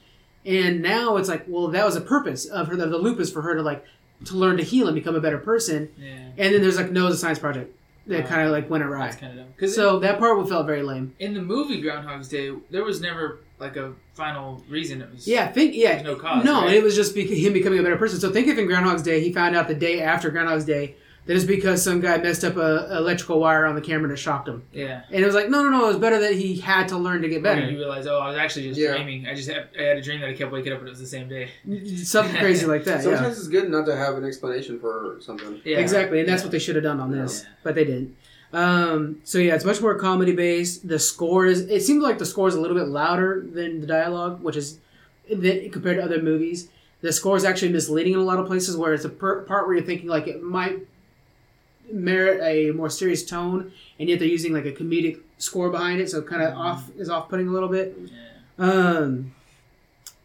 Speaker 1: and now it's like, well, that was a purpose of her. The, the loop is for her to like to learn to heal and become a better person.
Speaker 5: yeah.
Speaker 1: And then there's like, no, it's a science project that
Speaker 5: Ah,
Speaker 1: kind of like went awry.
Speaker 5: That's kind of dumb. Because
Speaker 1: So that part felt very lame.
Speaker 5: in the movie Groundhog's Day, there was never like a final reason. It was
Speaker 1: Yeah, think yeah.
Speaker 5: There's no cause,
Speaker 1: No,
Speaker 5: right?
Speaker 1: it was just bec- him becoming a better person. So think if in Groundhog's Day he found out the day after Groundhog's Day that it's because some guy messed up a a electrical wire on the camera and it shocked him.
Speaker 5: yeah.
Speaker 1: And it was like, no, no, no. It was better that he had to learn to get
Speaker 5: Better.
Speaker 1: better.
Speaker 5: you realize, oh, I was actually just
Speaker 8: Yeah.
Speaker 5: dreaming. I just had, I had a dream that I kept waking up and it was the same day.
Speaker 1: Something crazy like that.
Speaker 8: Sometimes
Speaker 1: Yeah.
Speaker 8: it's good not to have an explanation for something.
Speaker 5: Yeah.
Speaker 1: Exactly, and that's
Speaker 5: Yeah.
Speaker 1: what they should have done on this,
Speaker 5: Yeah.
Speaker 1: but they didn't. Um, so yeah, it's much more comedy based. The score is. It seems like the score is a little bit louder than the dialogue, which is that compared to other movies. The score is actually misleading in a lot of places where it's a per- part where you're thinking like it might merit a more serious tone, and yet they're using like a comedic score behind it, so kind of off is off putting a little bit.
Speaker 5: Mm-hmm. Yeah.
Speaker 1: Um,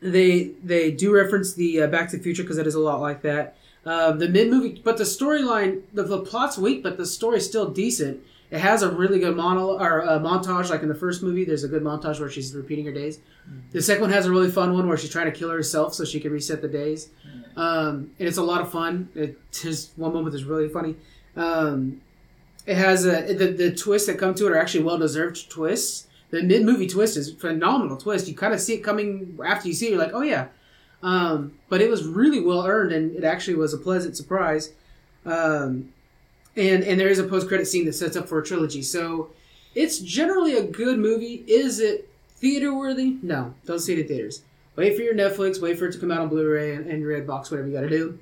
Speaker 1: they they do reference the uh, Back to the Future because it is a lot like that. Um, the mid movie, but the storyline, the, the plot's weak, but the story's still decent. It has a really good monologue or uh, montage, like in the first movie. There's a good montage where she's repeating her days. The second one has a really fun one where she's trying to kill herself so she can reset the days, um, and it's a lot of fun. It, there's one moment that's really funny. Um, it has a the, the twists that come to it are actually well deserved twists the mid movie twist is a phenomenal twist. You kind of see it coming after you see it. You're like, oh yeah, um, but it was really well earned, and it actually was a pleasant surprise. Um, and and there is a post credit scene that sets up for a trilogy, so it's generally a good movie. Is it theater worthy? No, don't see it in theaters. Wait for your Netflix. Wait for it to come out on Blu-ray and, and Redbox, whatever you got to do.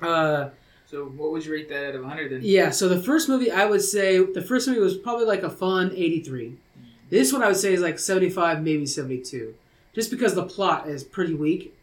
Speaker 1: Uh,
Speaker 5: So what would you rate that out of 100 then?
Speaker 1: yeah, so the first movie, I would say, the first movie was probably like a fun 83. This one I would say is like 75, maybe 72. Just because the plot is pretty weak.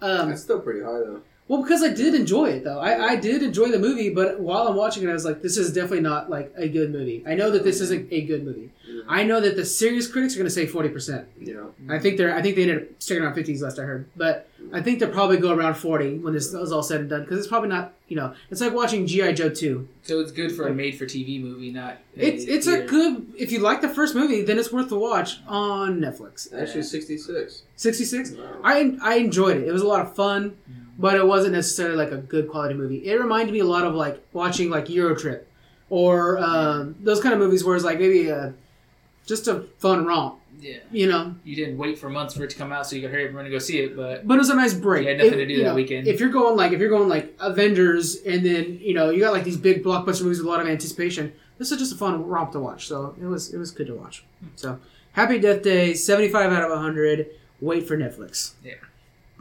Speaker 1: Um,
Speaker 8: That's still pretty high though.
Speaker 1: well, because I did enjoy it, though. I, I did enjoy the movie, but while I'm watching it, I was like, this is definitely not like a good movie. I know that this isn't a good movie.
Speaker 8: Yeah.
Speaker 1: I know that the serious critics are going to say 40%.
Speaker 8: Yeah.
Speaker 1: I think they're. I think they ended up sticking around fifties last I heard, but I think they'll probably go around forty when this is all said and done because it's probably not. You know, it's like watching GI Joe two.
Speaker 5: So it's good for a made-for-TV movie, not
Speaker 1: It's it's a good. If you like the first movie, then it's worth the watch on Netflix.
Speaker 8: Actually, 66.
Speaker 1: Sixty six.
Speaker 8: Wow.
Speaker 1: I I enjoyed it. It was a lot of fun, but it wasn't necessarily like a good quality movie. It reminded me a lot of like watching like Eurotrip, or um, those kind of movies where it's like maybe a, just a fun romp.
Speaker 5: Yeah,
Speaker 1: You know,
Speaker 5: you didn't wait for months for it to come out so you could hurry everyone to go see it, but
Speaker 1: But it was a nice break.
Speaker 5: You had nothing
Speaker 1: If-
Speaker 5: to do
Speaker 1: you
Speaker 5: that
Speaker 1: know,
Speaker 5: weekend.
Speaker 1: If you're going like if you're going like Avengers and then you know you got like these big blockbuster movies with a lot of anticipation, this is just a fun romp to watch. So it was it was good to watch. So Happy Death Day, seventy five out of hundred. Wait for Netflix.
Speaker 5: Yeah.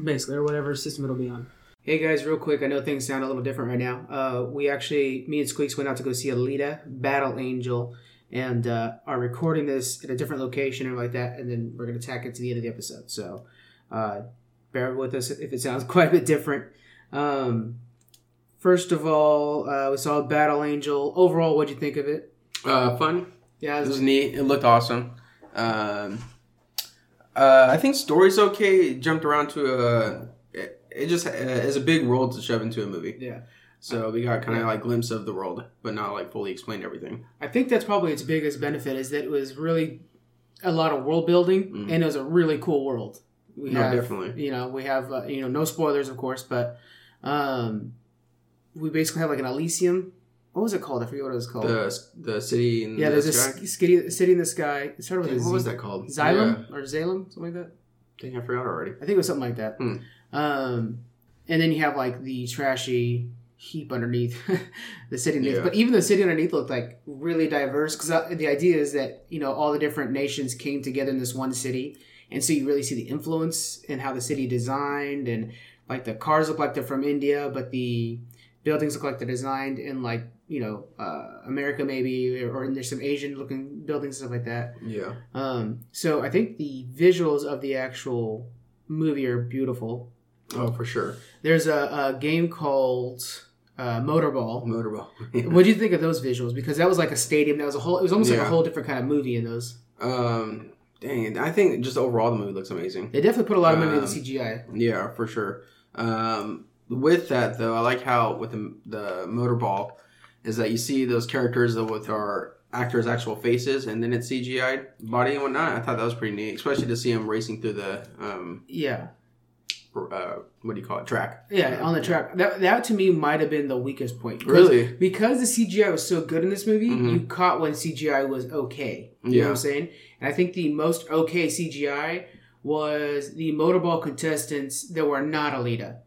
Speaker 1: Basically, or whatever system it'll be on. Hey guys, real quick, I know things sound a little different right now. Uh, we actually, me and Squeaks went out to go see Alita, Battle Angel, and uh, are recording this at a different location or like that, and then we're going to tack it to the end of the episode. So uh, bear with us if it sounds *laughs* quite a bit different. Um, first of all, uh, we saw Battle Angel. Overall, what'd you think of it?
Speaker 8: Uh, fun.
Speaker 1: Yeah,
Speaker 8: It
Speaker 1: it was-
Speaker 8: was neat. It looked awesome. Um, uh, I think story's okay. It jumped around to a. It, it just uh, is a big world to shove into a movie.
Speaker 1: Yeah.
Speaker 8: So we got kind of like glimpse of the world, but not like fully explained everything.
Speaker 1: I think that's probably its biggest benefit is that it was really a lot of world building,
Speaker 8: Mhm.
Speaker 1: and it was a really cool world. We
Speaker 8: No,
Speaker 1: have,
Speaker 8: definitely.
Speaker 1: You know, we have uh, you know no spoilers, of course, but um, we basically have like an Elysium. What was it called? I forget what it was called.
Speaker 8: The the city in
Speaker 1: Oh. yeah,
Speaker 8: the
Speaker 1: there's a
Speaker 8: sky.
Speaker 1: sk- skitty- city in the sky. It started with
Speaker 8: Dang,
Speaker 1: a
Speaker 8: what was
Speaker 1: Z-
Speaker 8: that called?
Speaker 1: Xylem or Zalem, something like that.
Speaker 8: Yeah. Dang, I forgot already.
Speaker 1: I think it was something like that.
Speaker 8: Hmm.
Speaker 1: Um, and then you have like the trashy heap underneath *laughs* the city underneath.
Speaker 8: Yeah.
Speaker 1: But even the city underneath looked like really diverse because the idea is that you know all the different nations came together in this one city, and so you really see the influence and in how the city designed and like the cars look like they're from India, but the buildings look like they're designed in like you know uh, America maybe, or, and there's some Asian looking buildings stuff like that.
Speaker 8: Yeah.
Speaker 1: Um, so I think the visuals of the actual movie are beautiful.
Speaker 8: Oh, for sure.
Speaker 1: *laughs* There's a, a game called uh, Motorball.
Speaker 8: Motorball.
Speaker 1: What do you think of those visuals? Because that was like a stadium. That was a whole. It was almost like
Speaker 8: Yeah.
Speaker 1: a whole different kind of movie in those.
Speaker 8: *laughs* um, dang it. I think just overall the movie looks amazing.
Speaker 1: They definitely put a lot of money into
Speaker 8: Um,
Speaker 1: the CGI.
Speaker 8: Yeah, for sure. Um, with that though, I like how with the, the motorball is that you see those characters that with our actors' actual faces, and then it's CGI body and whatnot. I thought that was pretty neat, especially to see them racing through the um,
Speaker 1: Yeah,
Speaker 8: uh, what do you call it, track?
Speaker 1: yeah, on the track. That that to me might have been the weakest point. Because-
Speaker 8: Really?
Speaker 1: Because the CGI was so good in this movie,
Speaker 8: Mhm.
Speaker 1: you caught when CGI was okay. You know what
Speaker 8: Yeah.
Speaker 1: I'm saying? And I think the most okay CGI was the motorball contestants that were not Alita.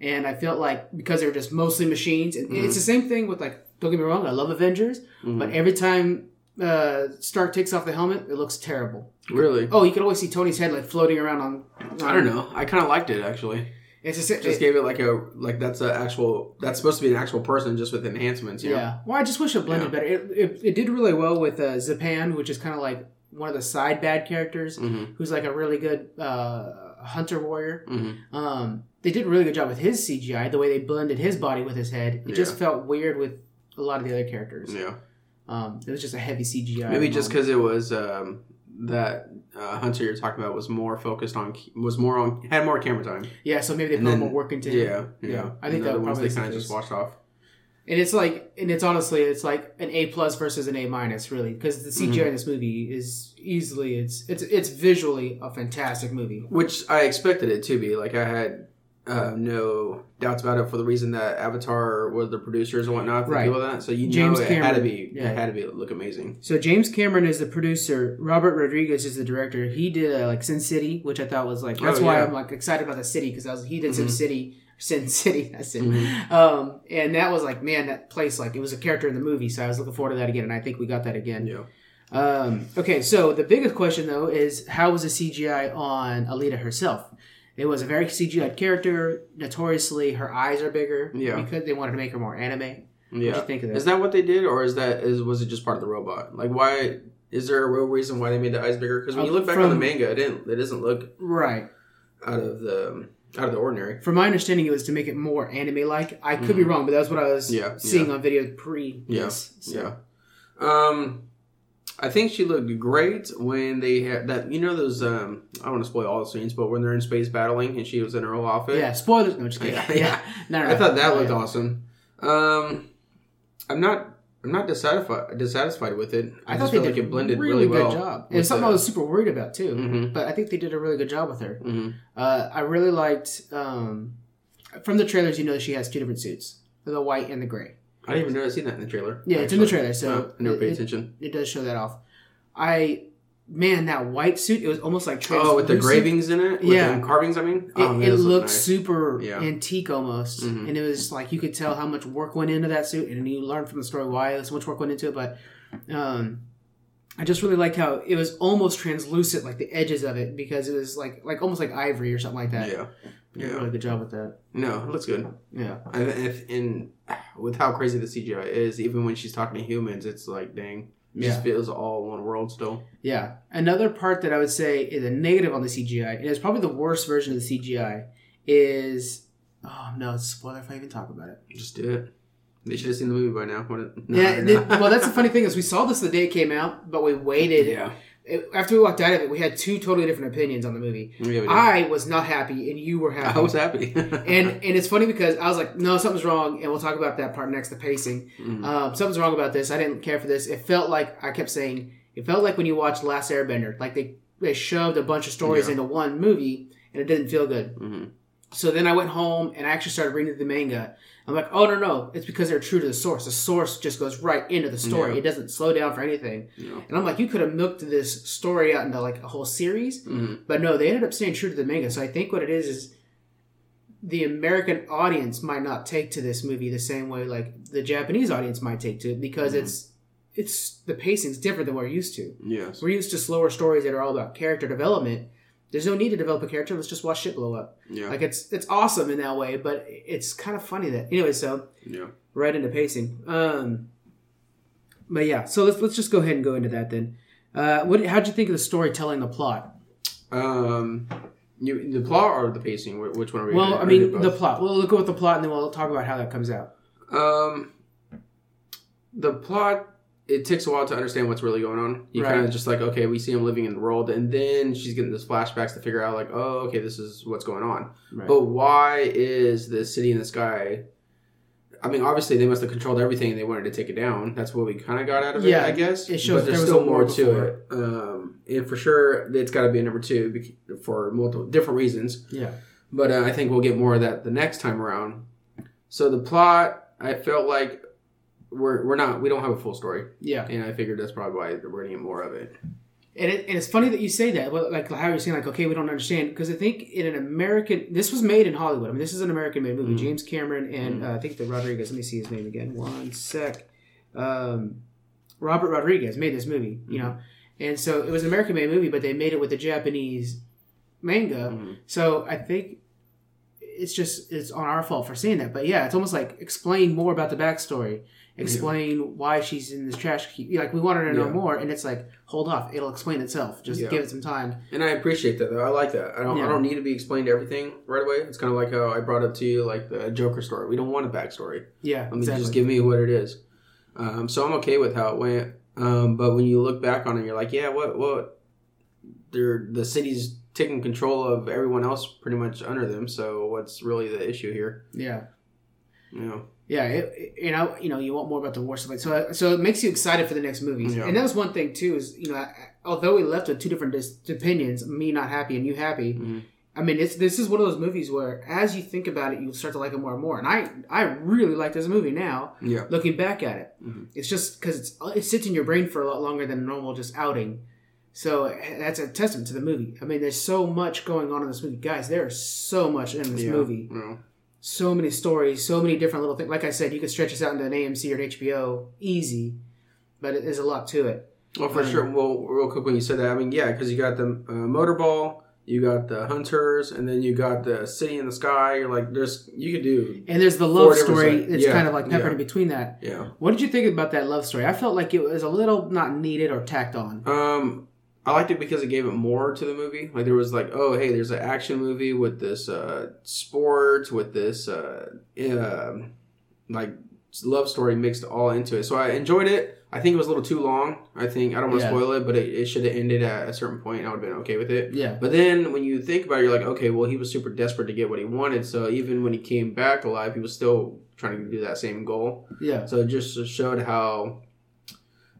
Speaker 1: And I felt like because they were just mostly machines, and it's the same thing with like, don't get me wrong, I love Avengers,
Speaker 8: Mm-hmm.
Speaker 1: but every time uh, Stark takes off the helmet, it looks terrible.
Speaker 8: Really?
Speaker 1: Oh, you can always see Tony's head like floating around on.
Speaker 8: I don't know. I kind of liked it actually.
Speaker 1: It's just,
Speaker 8: Just gave it like a like that's an actual that's supposed to be an actual person just with enhancements.
Speaker 1: Yeah.
Speaker 8: You know?
Speaker 1: Well, I just wish it blended better. It, it, it did really well with uh, Zapan, which is kind of like one of the side bad characters,
Speaker 8: Mhm.
Speaker 1: who's like a really good uh, hunter warrior.
Speaker 8: Mhm.
Speaker 1: Um, they did a really good job with his CGI, the way they blended his body with his head. It just felt weird with a lot of the other characters.
Speaker 8: Yeah.
Speaker 1: Um, it was just a heavy CGI.
Speaker 8: Maybe
Speaker 1: moment.
Speaker 8: just because it was um, that uh, Hunter you're talking about was more focused on was more on had more camera time.
Speaker 1: yeah, so maybe they
Speaker 8: and
Speaker 1: put
Speaker 8: then-
Speaker 1: more work into
Speaker 8: Yeah,
Speaker 1: him.
Speaker 8: yeah.
Speaker 1: Yeah, I think that
Speaker 8: the other
Speaker 1: would
Speaker 8: ones
Speaker 1: probably be
Speaker 8: they kind of
Speaker 1: the
Speaker 8: just
Speaker 1: case.
Speaker 8: washed off.
Speaker 1: and it's like, and it's honestly, it's like an A plus versus an A minus, really, because the CGI
Speaker 8: Mm-hmm.
Speaker 1: in this movie is easily, it's it's it's visually a fantastic movie.
Speaker 8: Which I expected it to be. Like I had uh, no doubts about it for the reason that Avatar was the producers and whatnot.
Speaker 1: Right.
Speaker 8: Right. All that. So you
Speaker 1: James
Speaker 8: know it had to
Speaker 1: Cameron.
Speaker 8: be
Speaker 1: Yeah.
Speaker 8: it had to be look amazing.
Speaker 1: So James Cameron is the producer. Robert Rodriguez is the director. He did uh, like Sin City, which I thought was like that's
Speaker 8: Oh,
Speaker 1: why
Speaker 8: yeah.
Speaker 1: I'm like excited about the city because I was he did Sin
Speaker 8: Mhm.
Speaker 1: City, Sin City. *laughs* That's it.
Speaker 8: Mhm.
Speaker 1: Um, and that was like man, that place like it was a character in the movie, so I was looking forward to that again, and I think we got that again.
Speaker 8: Yeah.
Speaker 1: Um, okay, so the biggest question though is how was the CGI on Alita herself? It was a very CGI character. Notoriously, her eyes are bigger
Speaker 8: Yeah.
Speaker 1: because they wanted to make her more anime. What do
Speaker 8: Yeah.
Speaker 1: you think of that?
Speaker 8: Is that what they did, or is that is was it just part of the robot? Like why? Is there a real reason why they made the eyes bigger? Because when you
Speaker 1: Uh,
Speaker 8: look back on the
Speaker 1: from-
Speaker 8: manga, it didn't. It doesn't look
Speaker 1: right.
Speaker 8: out of the out of the ordinary.
Speaker 1: From my understanding, it was to make it more anime like. I could be
Speaker 8: Mhm.
Speaker 1: wrong, but that's what I was
Speaker 8: Yeah,
Speaker 1: seeing on video pre.
Speaker 8: Yeah,
Speaker 1: this, so.
Speaker 8: Yeah. Um, I think she looked great when they had that. You know those. Um, I don't want to spoil all the scenes, but when they're in space battling and she was in her whole outfit.
Speaker 1: Yeah, spoilers. No, just kidding.
Speaker 8: Yeah,
Speaker 1: *laughs* Yeah,
Speaker 8: yeah.
Speaker 1: No, no,
Speaker 8: I
Speaker 1: no.
Speaker 8: thought that
Speaker 1: Yeah.
Speaker 8: looked awesome. Um, I'm not. I'm not dissatisfied dissatisfied with it. I,
Speaker 1: I,
Speaker 8: just
Speaker 1: thought
Speaker 8: feel
Speaker 1: they
Speaker 8: like
Speaker 1: did
Speaker 8: it blended
Speaker 1: really,
Speaker 8: really, well.
Speaker 1: good job.
Speaker 8: with
Speaker 1: It's something
Speaker 8: the-
Speaker 1: I was super worried about too,
Speaker 8: Mhm.
Speaker 1: but I think they did a really good job with her.
Speaker 8: Mhm.
Speaker 1: Uh, I really liked um, from the trailers. You know, she has two different suits: the white and the gray.
Speaker 8: I didn't even know I seen that in the trailer.
Speaker 1: Yeah, it's in the
Speaker 8: actually.
Speaker 1: trailer, so
Speaker 8: I never
Speaker 1: it-
Speaker 8: paid
Speaker 1: it-
Speaker 8: attention.
Speaker 1: It does show that off. I man, that white suit. It was almost like
Speaker 8: Oh, with the
Speaker 1: translucent.
Speaker 8: gravings in it. With
Speaker 1: Yeah.
Speaker 8: the carvings. I mean,
Speaker 1: It,
Speaker 8: oh, man,
Speaker 1: it
Speaker 8: those look
Speaker 1: looked
Speaker 8: nice.
Speaker 1: super
Speaker 8: Yeah.
Speaker 1: antique almost,
Speaker 8: Mhm.
Speaker 1: and it was like you could tell how much work went into that suit, and you learned from the story why so much work went into it. But um, I just really liked how it was almost translucent, like the edges of it, because it was like like almost like ivory or something like that.
Speaker 8: Yeah,
Speaker 1: They did a
Speaker 8: yeah.
Speaker 1: really good job with that.
Speaker 8: No, it looks good.
Speaker 1: Yeah,
Speaker 8: I if in with how crazy the CGI is, even when she's talking to humans, it's like dang, it just
Speaker 1: Yeah.
Speaker 8: feels all one world still.
Speaker 1: yeah. Another part that I would say is a negative on the CGI, and it's probably the worst version of the CGI, is oh no, it's a spoiler if I even talk about it.
Speaker 8: Just do it. They should have seen the movie by now. *laughs* wouldn't- No,
Speaker 1: yeah,
Speaker 8: no.
Speaker 1: th- well, that's the funny thing is we saw this the day it came out, but we waited.
Speaker 8: *laughs* yeah,
Speaker 1: it- after we walked out of it, we had two totally different opinions on the movie.
Speaker 8: yeah. we did. I,
Speaker 1: I was not happy, and you were happy.
Speaker 8: was happy. *laughs*
Speaker 1: and and it's funny because I was like, no, something's wrong, and we'll talk about that part next. The pacing,
Speaker 8: Mhm.
Speaker 1: um, something's wrong about this. I didn't care for this. It felt like I kept saying it felt like when you watched Last Airbender, like they they shoved a bunch of stories
Speaker 8: Yeah.
Speaker 1: into one movie, and it didn't feel good.
Speaker 8: Mhm.
Speaker 1: So then I went home and I actually started reading the manga. I'm like, oh no no, it's because they're true to the source. The source just goes right into the story.
Speaker 8: Yeah.
Speaker 1: It doesn't slow down for anything.
Speaker 8: Yeah.
Speaker 1: And I'm like, you could have milked this story out into like a whole series,
Speaker 8: Mhm.
Speaker 1: but no, they ended up staying true to the manga. So I think what it is is the American audience might not take to this movie the same way like the Japanese audience might take to it because it's it's the pacing's different than we're used to.
Speaker 8: Yes.
Speaker 1: We're used to slower stories that are all about character development, There's no need to develop a character. Let's just watch shit blow up.
Speaker 8: Yeah.
Speaker 1: Like it's it's awesome in that way, but it's kind of funny that anyway. So
Speaker 8: Yeah.
Speaker 1: right into pacing. Um, but yeah, so let's let's just go ahead and go into that then. Uh, what how'd you think of the storytelling, the plot?
Speaker 8: Um, you the plot or the pacing? Wh- Which one are we?
Speaker 1: Well,
Speaker 8: gonna-
Speaker 1: I
Speaker 8: or do
Speaker 1: mean the
Speaker 8: both?
Speaker 1: plot. We'll look at the plot and then we'll talk about how that comes out.
Speaker 8: Um, the plot it takes a while to understand what's really going on. You
Speaker 1: Right.
Speaker 8: kind of just like, okay, we see him living in the world, and then she's getting these flashbacks to figure out, like, oh, okay, this is what's going on.
Speaker 1: Right.
Speaker 8: But why is the city in the sky? I mean, obviously they must have controlled everything and they wanted to take it down. That's what we kind of got out of
Speaker 1: Yeah,
Speaker 8: it, I guess.
Speaker 1: it shows
Speaker 8: but there's
Speaker 1: there was
Speaker 8: still
Speaker 1: a
Speaker 8: more
Speaker 1: war
Speaker 8: to it. Um, and for sure, it's got to be a number two bec- for multiple different reasons
Speaker 1: Yeah.
Speaker 8: but uh, I think we'll get more of that the next time around. So the plot, I felt like we're we're not we don't have a full story,
Speaker 1: Yeah.
Speaker 8: and I figured that's probably why we're gonna get more of it.
Speaker 1: And, it, and it's funny that you say that, well, like how you're saying, like, okay, we don't understand, because I think in an American, this was made in Hollywood. I mean, this is an American-made movie.
Speaker 8: Mhm.
Speaker 1: James Cameron and uh, I think the Rodriguez. Let me see his name again. One sec. Um, Robert Rodriguez made this movie, you know, and so it was an American-made movie, but they made it with a Japanese manga.
Speaker 8: Mhm.
Speaker 1: So I think it's just it's on our fault for seeing that. But yeah, it's almost like explain more about the backstory. Explain why she's in this trash. heap. Like we wanted to know
Speaker 8: Yeah.
Speaker 1: more, and it's like hold off. It'll explain itself. Just
Speaker 8: Yeah.
Speaker 1: give it some time.
Speaker 8: And I appreciate that though. I like that. I don't
Speaker 1: Yeah.
Speaker 8: I don't need to be explained everything right away. It's kind of like how I brought up to you like the Joker story. We don't want a backstory.
Speaker 1: Yeah,
Speaker 8: I mean,
Speaker 1: exactly.
Speaker 8: just give me what it is. Um, so I'm okay with how it went. Um, but when you look back on it, you're like, yeah, what, what? They're the city's taking control of everyone else pretty much under them. So what's really the issue here?
Speaker 1: yeah.
Speaker 8: You know?
Speaker 1: Yeah, it, it, and I, you know, you want more about the war stuff. Like, so, so it makes you excited for the next movies.
Speaker 8: Yeah.
Speaker 1: And that was one thing too is you know, I, I- although we left with two different dis- opinions, me not happy and you happy.
Speaker 8: Mhm.
Speaker 1: I mean, it's this is one of those movies where as you think about it, you start to like it more and more. And I, I really like this movie now.
Speaker 8: Yeah.
Speaker 1: Looking back at it,
Speaker 8: Mhm.
Speaker 1: it's just because it's it sits in your brain for a lot longer than a normal just outing. So that's a testament to the movie. I mean, there's so much going on in this movie, guys. There is so much in this
Speaker 8: Yeah.
Speaker 1: movie
Speaker 8: You know?
Speaker 1: so many stories, so many different little things. Like I said, you could stretch this out into an AMC or an HBO easy, but it, there's a lot to it.
Speaker 8: Well, for
Speaker 1: Um,
Speaker 8: sure. Well, real quick when you said that, I mean, yeah, because you got the uh, motorball, you got the hunters, and then you got the city in the sky. You're like, there's, you could do,
Speaker 1: And there's the
Speaker 8: Four
Speaker 1: love
Speaker 8: different
Speaker 1: story
Speaker 8: sides.
Speaker 1: that's
Speaker 8: Yeah,
Speaker 1: kind of like peppered
Speaker 8: yeah.
Speaker 1: in between that.
Speaker 8: yeah.
Speaker 1: What did you think about that love story? I felt like it was a little not needed or tacked on.
Speaker 8: Um, I liked it because it gave it more to the movie. Like there was like, oh hey, there's an action movie with this uh, sports with this uh, um like love story mixed all into it. So I enjoyed it. I think it was a little too long. I think I don't want to
Speaker 1: Yeah.
Speaker 8: spoil it, but it, it should have ended at a certain point. And I would have been okay with it.
Speaker 1: Yeah.
Speaker 8: But then when you think about it, you're like, okay, well he was super desperate to get what he wanted. So even when he came back alive, he was still trying to do that same goal.
Speaker 1: Yeah.
Speaker 8: So it just showed how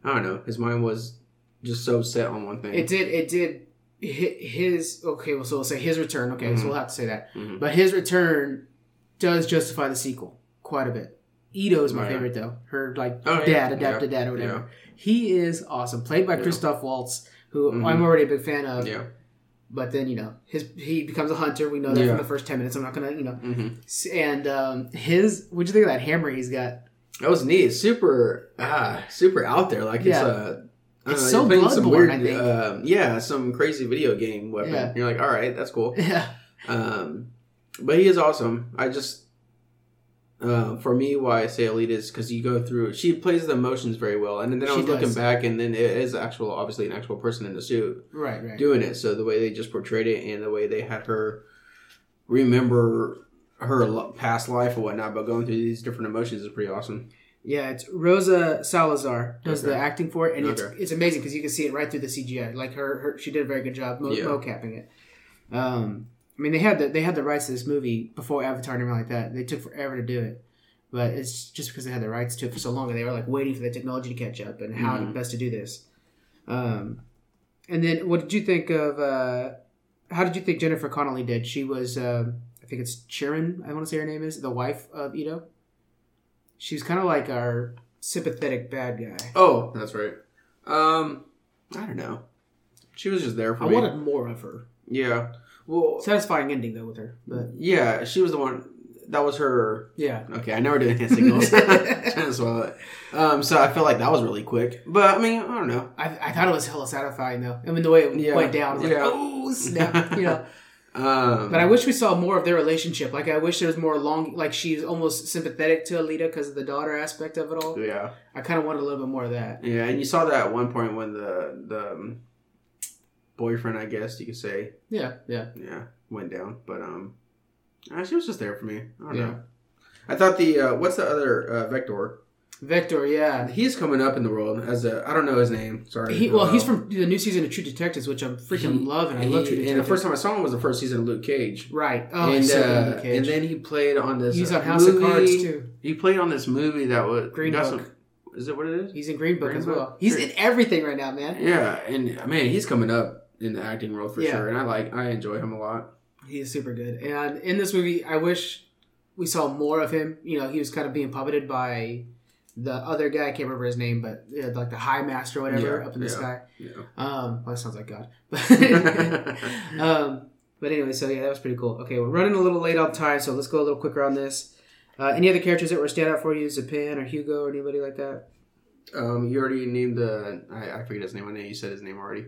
Speaker 8: I don't know his mind was just so set on one thing.
Speaker 1: It did, it did hit his, okay, well, so we'll say his return. Okay, so we'll have to say that.
Speaker 8: Mhm.
Speaker 1: But his return does justify the sequel quite a bit. Ito is my
Speaker 8: Right.
Speaker 1: favorite, though. Her, like,
Speaker 8: Oh, yeah.
Speaker 1: dad, adapted dad, or whatever.
Speaker 8: Yeah.
Speaker 1: He is awesome. Played by
Speaker 8: Yeah.
Speaker 1: Christoph Waltz, who
Speaker 8: Mhm.
Speaker 1: I'm already a big fan of.
Speaker 8: Yeah.
Speaker 1: But then you know his he becomes a hunter. We know that
Speaker 8: Yeah.
Speaker 1: from the first ten minutes. I'm not gonna you know.
Speaker 8: hmm
Speaker 1: S- And um, his what'd you think of that hammer he's got? *laughs*
Speaker 8: That was neat. Super, ah, super out there. Like it's
Speaker 1: Yeah.
Speaker 8: a. I don't
Speaker 1: It's
Speaker 8: know,
Speaker 1: so
Speaker 8: you're playing some
Speaker 1: Bloodborne,
Speaker 8: weird,
Speaker 1: I think.
Speaker 8: um, yeah, some crazy video game weapon.
Speaker 1: Yeah.
Speaker 8: You're like, all right, that's cool.
Speaker 1: Yeah,
Speaker 8: Um, but he is awesome. I just, uh, for me, why I say elite is because you go through. She plays the emotions very well, and then I
Speaker 1: She
Speaker 8: was looking
Speaker 1: does.
Speaker 8: back, and then it is actual, obviously an actual person in the suit.
Speaker 1: right, right.
Speaker 8: doing it. So the way they just portrayed it and the way they had her remember her lo- past life or whatnot, but going through these different emotions is pretty awesome.
Speaker 1: Yeah, it's Rosa Salazar does the
Speaker 8: Okay.
Speaker 1: acting for it, and it's
Speaker 8: Okay.
Speaker 1: it's amazing because you can see it right through the CGI. Like her, her she did a very good job mo-
Speaker 8: Yeah.
Speaker 1: mocapping it. Um, I mean they had the they had the rights to this movie before Avatar and everything like that. They took forever to do it, but it's just because they had the rights to it for so long, and they were like waiting for the technology to catch up and how
Speaker 8: Mhm.
Speaker 1: best to do this. Um, and then what did you think of? Uh, how did you think Jennifer Connelly did? She was, um I think it's Chiron. I want to say her name is the wife of Ito. She was kind of like our sympathetic bad guy.
Speaker 8: Oh, that's right. Um, I don't know. She was just there for
Speaker 1: I
Speaker 8: me.
Speaker 1: wanted more of her.
Speaker 8: yeah. Well,
Speaker 1: Satisfying ending though with her, but
Speaker 8: yeah, she was the one. that was her.
Speaker 1: Yeah.
Speaker 8: Okay, I never did
Speaker 1: *laughs*
Speaker 8: hand signals. Trying to swallow it. Um, so I felt like that was really quick. But I mean, I don't know.
Speaker 1: I, I thought it was hella satisfying though. I mean, the way it
Speaker 8: Yeah.
Speaker 1: went down, I was like,
Speaker 8: Yeah.
Speaker 1: oh snap, you know.
Speaker 8: *laughs* Um,
Speaker 1: But I wish we saw more of their relationship. Like I wish there was more long. Like she's almost sympathetic to Alita because of the daughter aspect of it all.
Speaker 8: Yeah,
Speaker 1: I kind of wanted a little bit more of that.
Speaker 8: yeah, and you saw that at one point when the the um, boyfriend, I guess you could say,
Speaker 1: Yeah, yeah.
Speaker 8: yeah, went down. But um, uh, she was just there for me. I don't
Speaker 1: Yeah.
Speaker 8: know. I thought the uh, what's the other uh, Vector?
Speaker 1: Vector, yeah.
Speaker 8: He's coming up in the world as a I don't know his name. Sorry.
Speaker 1: He, well, he's from the new season of True Detectives, which I'm freaking
Speaker 8: He-
Speaker 1: loving. I
Speaker 8: And,
Speaker 1: love True
Speaker 8: he, and the
Speaker 1: Detectives.
Speaker 8: first time I saw him was the first season of Luke Cage.
Speaker 1: right. Oh,
Speaker 8: and,
Speaker 1: he's so good in
Speaker 8: uh,
Speaker 1: Luke Cage.
Speaker 8: and then he played on this.
Speaker 1: he's
Speaker 8: uh,
Speaker 1: on House of
Speaker 8: movie-
Speaker 1: Cards too.
Speaker 8: He played on this movie that was
Speaker 1: Green
Speaker 8: got
Speaker 1: Book.
Speaker 8: some- is it what it is?
Speaker 1: He's in Green Book
Speaker 8: Green
Speaker 1: as
Speaker 8: Book?
Speaker 1: well. He's in everything right now, man.
Speaker 8: Yeah, and man, he's coming up in the acting world for
Speaker 1: Yeah.
Speaker 8: sure, and I like I enjoy him a lot.
Speaker 1: He's super good. And in this movie, I wish we saw more of him. You know, he was kind of being puppeted by the other guy. I can't remember his name, but yeah, like the High Master or whatever
Speaker 8: Yeah,
Speaker 1: up in the
Speaker 8: yeah,
Speaker 1: sky.
Speaker 8: yeah.
Speaker 1: Um, well, that sounds like
Speaker 8: *laughs*
Speaker 1: God. *laughs* But, um, but anyway, so yeah, that was pretty cool. Okay, we're running a little late on time, so let's go a little quicker on this. Uh, any other characters that were stand out for you? Zapan or Hugo or anybody like that?
Speaker 8: Um, you already named the I, I forget his name. I know you said his name already.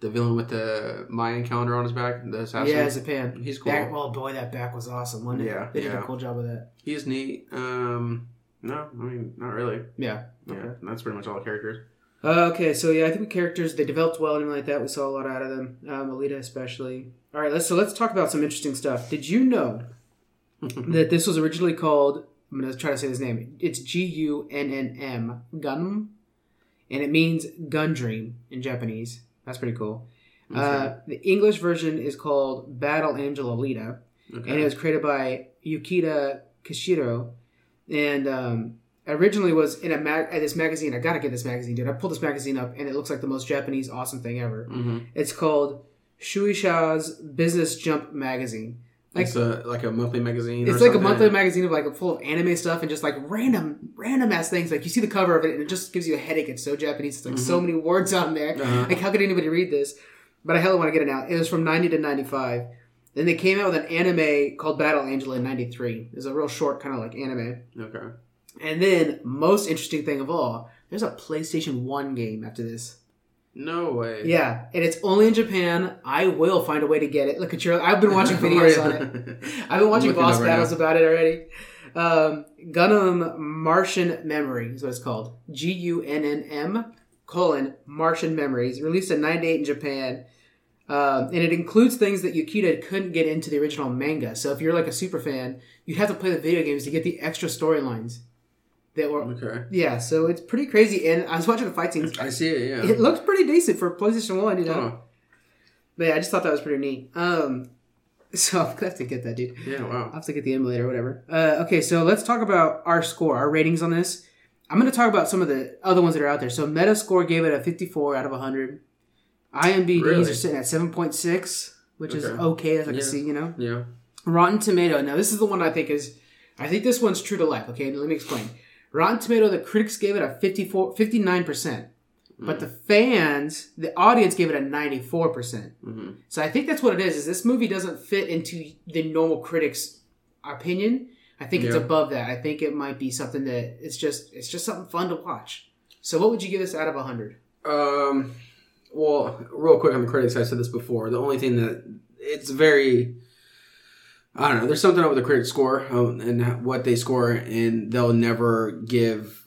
Speaker 8: The villain with the Mayan calendar on his back, the assassin.
Speaker 1: yeah, Zapan.
Speaker 8: he's cool.
Speaker 1: Back, well, boy, that back was awesome, wasn't it?
Speaker 8: Yeah,
Speaker 1: They did a
Speaker 8: yeah.
Speaker 1: cool job of that.
Speaker 8: He's neat. Um, no, I mean not really.
Speaker 1: Yeah.
Speaker 8: Yeah, that's pretty much all the characters.
Speaker 1: Uh, okay, so yeah, I think the characters they developed well and everything like that. We saw a lot out of them, um, Alita especially. All right, let's so let's talk about some interesting stuff. Did you know that this was originally called? I'm gonna try to say this name. It's G U N N M Gunm, and it means gun dream in Japanese. That's pretty cool. *laughs*
Speaker 8: *laughs*
Speaker 1: Uh, the English version is called Battle Angel Alita, and it was created by Yukita Kishiro, and um, originally was in a mag- at this magazine. I gotta get this magazine, dude. I pulled this magazine up, and it looks like the most Japanese awesome thing ever.
Speaker 8: hmm
Speaker 1: It's called Shueisha's Business Jump Magazine. Like-
Speaker 8: it's a like a monthly magazine.
Speaker 1: It's like
Speaker 8: or
Speaker 1: a
Speaker 8: something.
Speaker 1: monthly magazine of like full of anime stuff and just like random, random ass things. Like you see the cover of it, and it just gives you a headache. It's so Japanese. It's like so many words on there.
Speaker 8: Uh-huh.
Speaker 1: Like, how could anybody read this? But I hella want to get it out. It was from 90 to 95. Then they came out with an anime called Battle Angel in 93. It's a real short, kind of like anime.
Speaker 8: Okay.
Speaker 1: And then, most interesting thing of all, there's a PlayStation 1 game after this.
Speaker 8: No way.
Speaker 1: Yeah, and it's only in Japan. I will find a way to get it. Look at your. I've been
Speaker 8: *laughs*
Speaker 1: watching videos on it. I've been watching
Speaker 8: Looking
Speaker 1: boss
Speaker 8: up right
Speaker 1: battles
Speaker 8: now.
Speaker 1: about it already. Um, Gundam Martian Memory is what it's called. G U N N M colon Martian Memories. Released in '98 in Japan, um, and it includes things that Yukita couldn't get into the original manga. So if you're like a super fan, you'd have to play the video games to get the extra storylines that were.
Speaker 8: *laughs* Okay.
Speaker 1: Yeah, so it's pretty crazy. And I was watching the fight scenes.
Speaker 8: I see it. Yeah. Uh-huh.
Speaker 1: It looks pretty decent for PlayStation One. You know.
Speaker 8: Huh.
Speaker 1: But yeah, I just thought that was pretty neat. Um, *laughs* so I'm gonna have to get that, dude.
Speaker 8: Yeah.
Speaker 1: I'll
Speaker 8: Wow.
Speaker 1: have to get the emulator or whatever. Uh, okay, so let's talk about our score, our ratings on this. I'm going to talk about some of the other ones that are out there. So Metascore gave it a 54 out of 100. IMDb's
Speaker 8: Really?
Speaker 1: are sitting at 7.6, which is
Speaker 8: Okay.
Speaker 1: okay as I
Speaker 8: Yeah.
Speaker 1: can see, you know.
Speaker 8: Yeah.
Speaker 1: Rotten Tomato. Now, this is the one I think is, I think this one's true to life. Okay, let me explain. Rotten Tomato, the critics gave it a 54, 59%, but the fans, the audience gave it a 94%.
Speaker 8: Mm-hmm.
Speaker 1: So I think that's what it is. Is this movie doesn't fit into the normal critics' opinion? I think it's
Speaker 8: Yeah.
Speaker 1: above that. I think it might be something that it's just it's just something fun to watch. So what would you give this out of hundred?
Speaker 8: Um, well, real quick on the critics, I said this before. The only thing that it's very, I don't know. There's something up with the critic score um, and what they score, and they'll never give.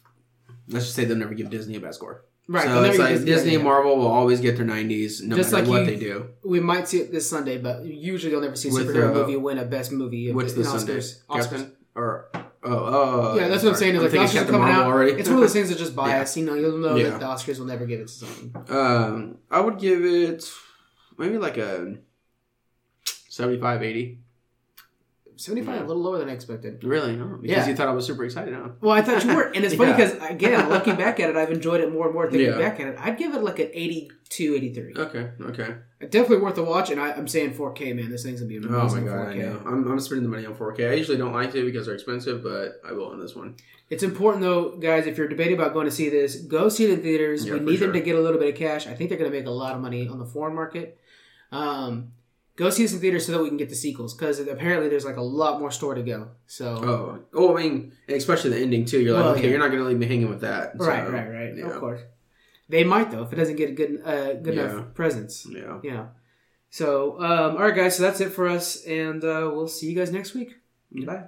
Speaker 8: Let's just say they'll never give Disney a bad score.
Speaker 1: Right.
Speaker 8: So
Speaker 1: they'll
Speaker 8: it's
Speaker 1: never
Speaker 8: like
Speaker 1: get
Speaker 8: Disney, and Marvel will always get their 90s, no
Speaker 1: Just
Speaker 8: matter
Speaker 1: like
Speaker 8: what
Speaker 1: you-
Speaker 8: they do.
Speaker 1: We might see it this Sunday, but usually you'll never see a
Speaker 8: With,
Speaker 1: superhero
Speaker 8: uh,
Speaker 1: movie win a best movie.
Speaker 8: What's
Speaker 1: in
Speaker 8: the Sunday?
Speaker 1: Oscars. Oscars.
Speaker 8: Captain or oh oh
Speaker 1: Yeah, that's what I'm saying. Is like the Oscars are coming out.
Speaker 8: already.
Speaker 1: It's one of those things that's
Speaker 8: *laughs*
Speaker 1: just biased. You know, you'll know
Speaker 8: Yeah.
Speaker 1: that the Oscars will never give it to something.
Speaker 8: Um, I would give it maybe like a 75, 80.
Speaker 1: Seventy-five, a little lower than I expected.
Speaker 8: Really? Oh, because
Speaker 1: Yeah.
Speaker 8: you thought I was super excited, huh?
Speaker 1: Well, I thought you were, and it's
Speaker 8: *laughs*
Speaker 1: funny
Speaker 8: Yeah.
Speaker 1: because again, looking back at it, I've enjoyed it more and more. Thinking
Speaker 8: Yeah.
Speaker 1: back at it, I'd give it like an 82, 83.
Speaker 8: Okay, okay.
Speaker 1: Definitely worth a watch, and I, I'm saying 4K, man. This thing's gonna be
Speaker 8: Oh my
Speaker 1: amazing.
Speaker 8: god, I
Speaker 1: 4K.
Speaker 8: know. I'm, I'm spending the money on 4K. I usually don't like to because they're expensive, but I will on this one.
Speaker 1: It's important though, guys. If you're debating about going to see this, go see it in theaters.
Speaker 8: Yeah,
Speaker 1: we
Speaker 8: for
Speaker 1: need them
Speaker 8: sure.
Speaker 1: to get a little bit of cash. I think they're gonna make a lot of money on the foreign market. Um, Go see this in theaters so that we can get the sequels because apparently there's like a lot more store to go. So
Speaker 8: Oh, oh, I mean, and especially the ending too. You're like,
Speaker 1: Well,
Speaker 8: okay,
Speaker 1: yeah.
Speaker 8: you're not gonna leave me hanging with that. So,
Speaker 1: right, right, right.
Speaker 8: Yeah,
Speaker 1: Of course, they might though if it doesn't get a good uh, good
Speaker 8: Yeah.
Speaker 1: enough presence.
Speaker 8: yeah.
Speaker 1: Yeah. So um, all right, guys. So that's it for us, and uh, we'll see you guys next week. Bye.